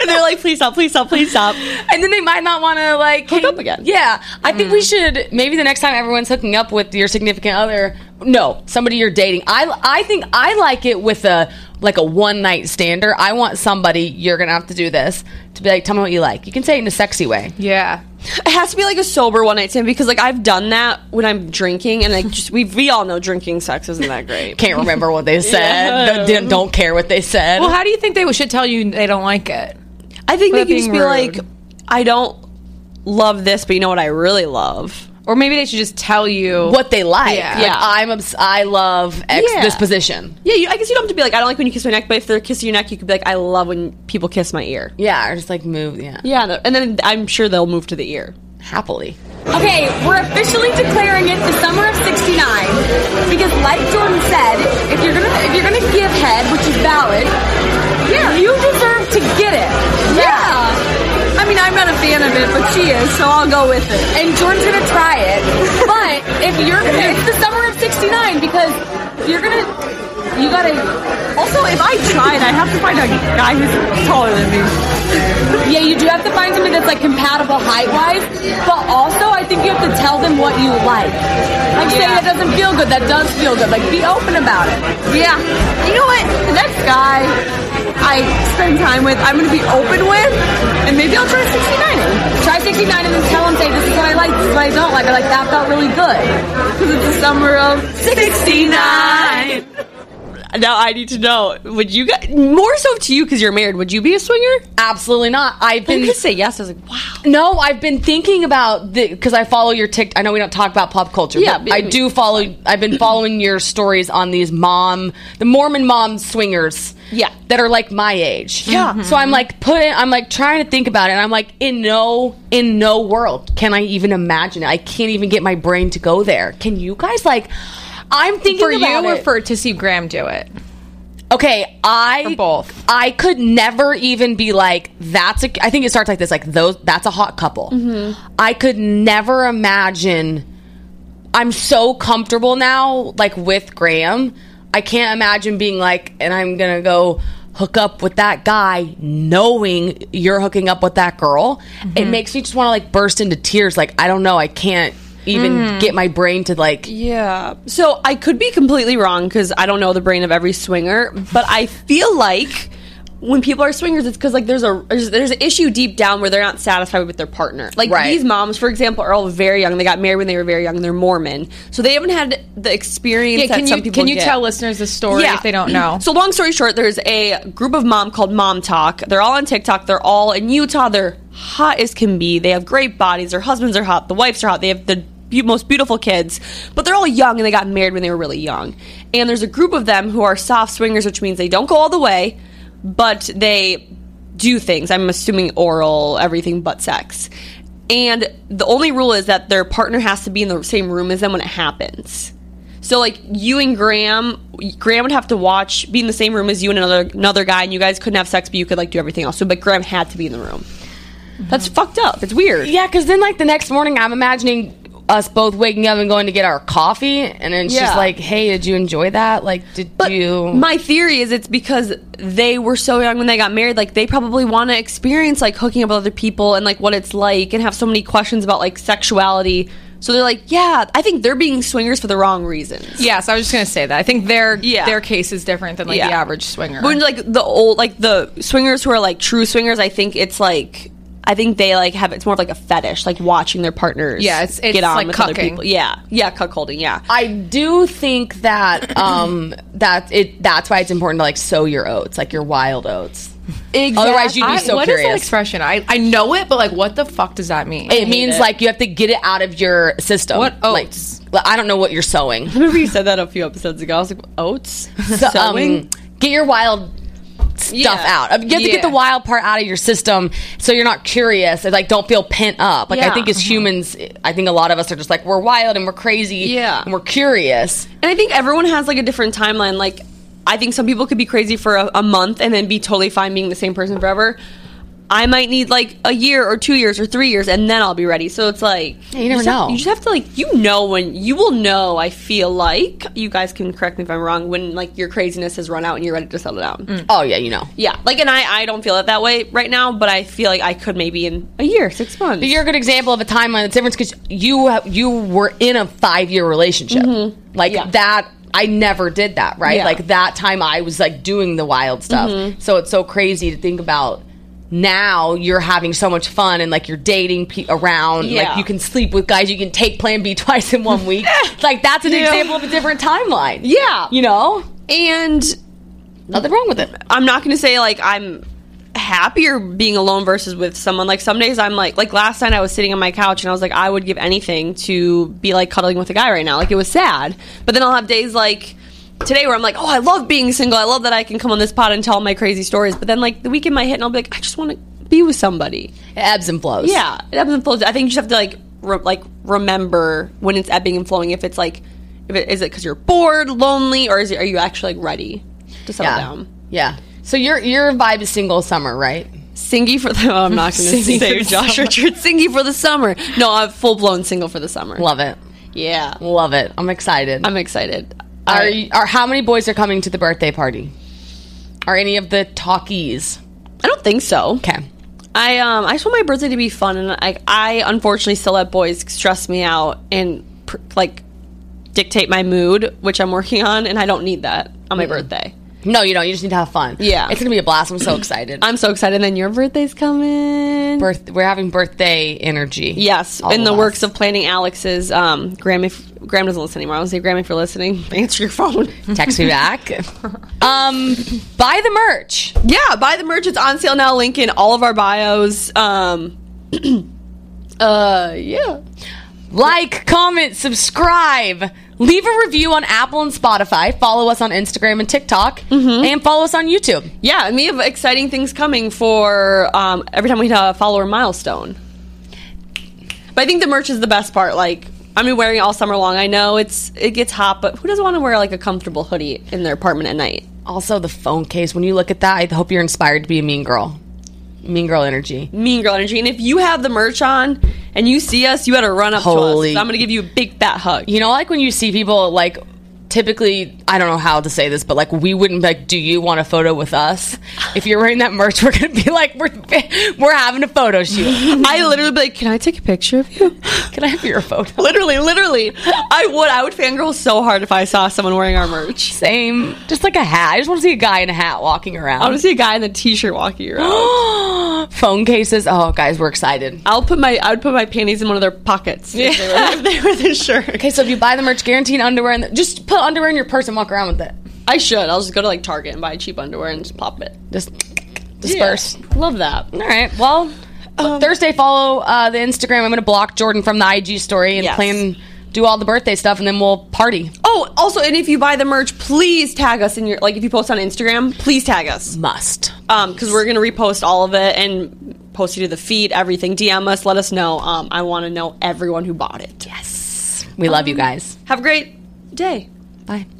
Speaker 2: [LAUGHS] and they're like, please stop, please stop, please stop.
Speaker 3: And then they might not want to like hook Mm.
Speaker 2: up again.
Speaker 3: Yeah, I think we should maybe the next time everyone's hooking up with your significant other, no, somebody you're dating. I I think I like it with a like a one night stander. I want somebody you're gonna have to do this to be like, tell me what you like. You can say it in a sexy way.
Speaker 4: yeah.
Speaker 2: It has to be like a sober one night stand because like I've done that when I'm drinking, and like just we we all know drinking sex isn't that great.
Speaker 3: Can't remember what they said. Don't- Don't, don't care what they said.
Speaker 4: Well, how do you think they should tell you they don't like it?
Speaker 2: [LAUGHS] I think they
Speaker 4: Without
Speaker 2: can just be
Speaker 4: being
Speaker 2: like,
Speaker 4: rude.
Speaker 2: I don't love this, but you know what I really love?
Speaker 4: Or maybe they should just tell you
Speaker 3: what they like.
Speaker 4: Yeah.
Speaker 3: Like,
Speaker 2: Yeah.
Speaker 3: I'm obs- I love X
Speaker 2: Yeah.
Speaker 3: this position.
Speaker 2: Yeah, you, I guess you don't have to be like, I don't like when you kiss my neck, but if they're kissing your neck, you could be like, I love when people kiss my ear.
Speaker 3: Yeah, or just like move. Yeah,
Speaker 2: Yeah, no- and then I'm sure they'll move to the ear.
Speaker 3: happily.
Speaker 1: Okay, we're officially declaring it the summer of '69 because, like Jordan said, if you're gonna if you're gonna give head, which is valid, yeah, you deserve to get it. Yeah.
Speaker 5: I mean, I'm not a fan of it, but she is, so I'll go with it.
Speaker 1: And Jordan's gonna try
Speaker 5: [LAUGHS]
Speaker 1: it, but if you're gonna, it's the summer of '69 because you're gonna you gotta.
Speaker 5: Also, if I tried, I'd have to find a guy who's taller than me.
Speaker 1: Yeah, you do have to find somebody that's like compatible height wise, but also I think you have to tell them what you like. Like say that doesn't feel good, that does feel good. Like be open about it.
Speaker 5: Yeah. You know what? The next guy I spend time with, I'm gonna be open with, and maybe I'll try 69.
Speaker 1: Try 69 and then tell them, say, this is what I like, this is what I don't like. Or like, that felt really good.
Speaker 5: Because it's [LAUGHS] the summer of 69.
Speaker 2: Now I need to know: Would you guys more so to you because you're married? Would you be a swinger?
Speaker 3: Absolutely not. I've
Speaker 2: I
Speaker 3: been
Speaker 2: could say yes. I was like, wow.
Speaker 3: No, I've been thinking about the because I follow your tick. I know we don't talk about pop culture,
Speaker 2: Yeah,
Speaker 3: but
Speaker 2: but-
Speaker 3: I do follow. I've been following your stories on these mom, the Mormon mom swingers,
Speaker 2: Yeah.
Speaker 3: that are like my age.
Speaker 2: Yeah.
Speaker 3: So
Speaker 4: Mm-hmm.
Speaker 3: I'm like put. I'm like trying to think about it. and I'm like in no in no world can I even imagine it. I can't even get my brain to go there. Can you guys like? I'm thinking
Speaker 4: for you
Speaker 3: about
Speaker 4: or
Speaker 3: it.
Speaker 4: for to see Graham do it.
Speaker 3: Okay, I
Speaker 4: Or both.
Speaker 3: I could never even be like that's a. I think it starts like this, like those. That's a hot couple. I could never imagine. I'm so comfortable now, like with Graham. I can't imagine being like, and I'm gonna go hook up with that guy, knowing you're hooking up with that girl. It makes me just want to like burst into tears. Like I don't know, I can't even get my brain to like.
Speaker 2: Yeah. So I could be completely wrong because I don't know the brain of every swinger, but I feel like when people are swingers, it's because like there's a there's, there's an issue deep down where they're not satisfied with their partner. Like
Speaker 3: Right.
Speaker 2: these moms, for example, are all very young. They got married when they were very young. They're Mormon, so they haven't had the experience. that
Speaker 4: can
Speaker 2: some
Speaker 4: you
Speaker 2: people
Speaker 4: can you
Speaker 2: get.
Speaker 4: tell listeners the story if they don't [CLEARS THROAT] know?
Speaker 2: So long story short, there's a group of mom called Mom Talk. They're all on TikTok. They're all in Utah. They're hot as can be. They have great bodies. Their husbands are hot. The wives are hot. They have the be- most beautiful kids, but they're all young and they got married when they were really young. And there's a group of them who are soft swingers, which means they don't go all the way, but they do things. I'm assuming oral, everything but sex. And the only rule is that their partner has to be in the same room as them when it happens. So like you and Graham, Graham would have to watch, be in the same room as you and another another guy, and you guys couldn't have sex, but you could like do everything else. So, but Graham had to be in the room. That's fucked up. It's weird.
Speaker 3: Yeah, because then like the next morning, I'm imagining us both waking up and going to get our coffee, and then she's
Speaker 2: Yeah.
Speaker 3: like, "Hey, did you enjoy that? Like, did
Speaker 2: But
Speaker 3: you?"
Speaker 2: my theory is it's because they were so young when they got married. Like they probably want to experience like hooking up with other people and like what it's like, and have so many questions about like sexuality. So they're like, yeah, I think they're being swingers for the wrong reasons.
Speaker 4: Yes, I was just gonna say that. I think their
Speaker 2: Yeah.
Speaker 4: their case is different than like the
Speaker 2: Yeah.
Speaker 4: average swinger.
Speaker 2: When like the old like the swingers who are like true swingers, I think it's like I think they like have it's more of like a fetish, like watching their partners.
Speaker 4: Yeah, it's- it's like cucking.
Speaker 2: Yeah, yeah, cuckolding. [LAUGHS] Yeah,
Speaker 3: I do think that um that it that's why it's important to like sow your oats, like your wild oats. Otherwise, you'd be
Speaker 4: I-
Speaker 3: so
Speaker 4: what is that
Speaker 3: curious.
Speaker 4: expression? I, I know it, but like, what the fuck does that mean?
Speaker 3: it means like you have to get it out of your system.
Speaker 4: What
Speaker 3: Like,
Speaker 4: oats?
Speaker 3: Like, I don't know what you're sowing.
Speaker 2: remember you said that a few episodes ago. I was like, [LAUGHS] oats
Speaker 3: [LAUGHS] So, um, get your wild stuff
Speaker 2: Yeah.
Speaker 3: out. I mean, You have to get
Speaker 4: Yeah.
Speaker 3: the wild part out of your system so you're not curious and like don't feel pent up. Like I
Speaker 2: Yeah. Mm-hmm.
Speaker 3: think as humans, I think a lot of us are just like we're wild and we're crazy.
Speaker 2: Yeah.
Speaker 3: and we're curious.
Speaker 2: And I think everyone has like a different timeline. Like, I think some people could be crazy for a, a month and then be totally fine being the same person forever. I might need like a year or two years or three years, and then I'll be ready. So it's like
Speaker 3: you never
Speaker 2: just have-
Speaker 3: know.
Speaker 2: you just have to like you know when you will know. I feel like you guys can correct me if I'm wrong. When like your craziness has run out and you're ready to settle down.
Speaker 3: Oh yeah, you know.
Speaker 2: Yeah, like and I I don't feel it that way right now, but I feel like I could maybe in a year, six months.
Speaker 3: You're a good example of a timeline that's different because you ha- you were in a five year relationship like
Speaker 2: Mm-hmm. Yeah.
Speaker 3: that. I never did that, right?
Speaker 2: Yeah. Mm-hmm.
Speaker 3: Like that time, I was like doing the wild stuff. So it's so crazy to think about. Now you're having so much fun and like you're dating pe- around.
Speaker 2: Yeah.
Speaker 3: Like you can sleep with guys. You can take Plan B [LAUGHS] twice in one week. like that's an example of a different timeline.
Speaker 2: yeah,
Speaker 3: you know,
Speaker 2: and
Speaker 3: nothing wrong with it.
Speaker 2: I'm not going to say like I'm happier being alone versus with someone. Like some days I'm like, like last night I was sitting on my couch and I was like, I would give anything to be like cuddling with a guy right now. Like it was sad. But then I'll have days like today where I'm like, oh, I love being single. I love that I can come on this pod and tell my crazy stories. But then like the weekend might hit and I'll be like, I just want to be with somebody.
Speaker 3: It ebbs and flows.
Speaker 2: Yeah, it ebbs and flows. I think you just have to like re- like remember when it's ebbing and flowing. If it's like, if it is it because you're bored, lonely, or is it are you actually like ready to settle
Speaker 3: Yeah.
Speaker 2: down?
Speaker 3: Yeah. So your your vibe is single summer, right?
Speaker 2: Singy for the. [LAUGHS] Oh, I'm not going to
Speaker 3: [LAUGHS] Singy for
Speaker 2: say
Speaker 3: the
Speaker 2: Josh
Speaker 3: summer.
Speaker 2: Richard. Singy for the summer. No, I'm full blown single for the summer.
Speaker 3: Love it.
Speaker 2: Yeah,
Speaker 3: Love it. I'm excited.
Speaker 2: I'm excited.
Speaker 3: are
Speaker 2: I-
Speaker 3: you, are how many boys are coming to the birthday party? Are any of the talkies?
Speaker 2: I don't think so.
Speaker 3: Okay.
Speaker 2: I um I just want my birthday to be fun, and I I unfortunately still let boys stress me out and pr- like dictate my mood, which I'm working on, and I don't need that on my birthday.
Speaker 3: No, you don't. You just need to have fun.
Speaker 2: Yeah.
Speaker 3: It's gonna be a blast. I'm so excited.
Speaker 2: I'm so excited. And then your birthday's coming.
Speaker 3: Birth, we're having birthday energy.
Speaker 2: yes,
Speaker 3: All
Speaker 2: in the
Speaker 3: us.
Speaker 2: works of planning Alex's um Graham. If Graham doesn't listen anymore, I want to say Graham, if you're listening, [LAUGHS] answer your phone.
Speaker 3: Text
Speaker 2: [LAUGHS]
Speaker 3: me back. um, buy the merch.
Speaker 2: yeah, buy the merch. It's on sale now. Link in all of our bios. Um, uh, yeah.
Speaker 3: Like, comment, subscribe. Leave a review on Apple and Spotify. Follow us on Instagram and TikTok,
Speaker 2: Mm-hmm.
Speaker 3: and follow us on YouTube.
Speaker 2: Yeah, and we have exciting things coming for um, every time we hit a follower milestone. But I think the merch is the best part. Like, I've been wearing it all summer long. I know it's it gets hot, but who doesn't want to wear like a comfortable hoodie in their apartment at night?
Speaker 3: Also, the phone case. When you look at that, I hope you're inspired to be a mean girl. Mean girl energy.
Speaker 2: Mean girl energy. And if you have the merch on and you see us, you got to run up to
Speaker 3: Holy-
Speaker 2: us. So I'm gonna give you a big fat hug.
Speaker 3: You know, like when you see people like. Typically, I don't know how to say this, but like we wouldn't be like, do you want a photo with us? If you're wearing that merch, we're gonna be like, we're we're having a
Speaker 2: [LAUGHS]
Speaker 3: photo shoot.
Speaker 2: I literally be like, can I take a picture of you?
Speaker 3: Can I have your photo?
Speaker 2: literally, literally, I would. I would fangirl so hard if I saw someone wearing our merch.
Speaker 3: Same, just like a hat. I just want to see a guy in a hat walking around.
Speaker 2: I want to see a guy in a t-shirt walking
Speaker 3: [GASPS]
Speaker 2: around.
Speaker 3: phone cases. Oh, guys, we're excited.
Speaker 2: I'll put my I would put my panties in one of their pockets if they were, if they were the shirt.
Speaker 3: Okay, so if you buy the merch, guaranteed underwear, and just put underwear in your purse and walk around with it.
Speaker 2: I should. I'll just go to like Target and buy cheap underwear and just pop it.
Speaker 3: Just disperse. Um,
Speaker 2: Yeah. Love that.
Speaker 3: All right. Well, Thursday follow uh, the Instagram. I'm gonna block Jordan from the IG story and
Speaker 2: Yes.
Speaker 3: plan do all the birthday stuff, and then we'll party.
Speaker 2: Oh, also, and if you buy the merch, please tag us in your like if you post on Instagram, please tag us.
Speaker 3: Must.
Speaker 2: Um, because we're gonna repost all of it and post it to the feed, everything. DM us, let us know. Um, I want to know everyone who bought it.
Speaker 3: Yes. We love you guys.
Speaker 2: Have a great day.
Speaker 3: Um, Bye.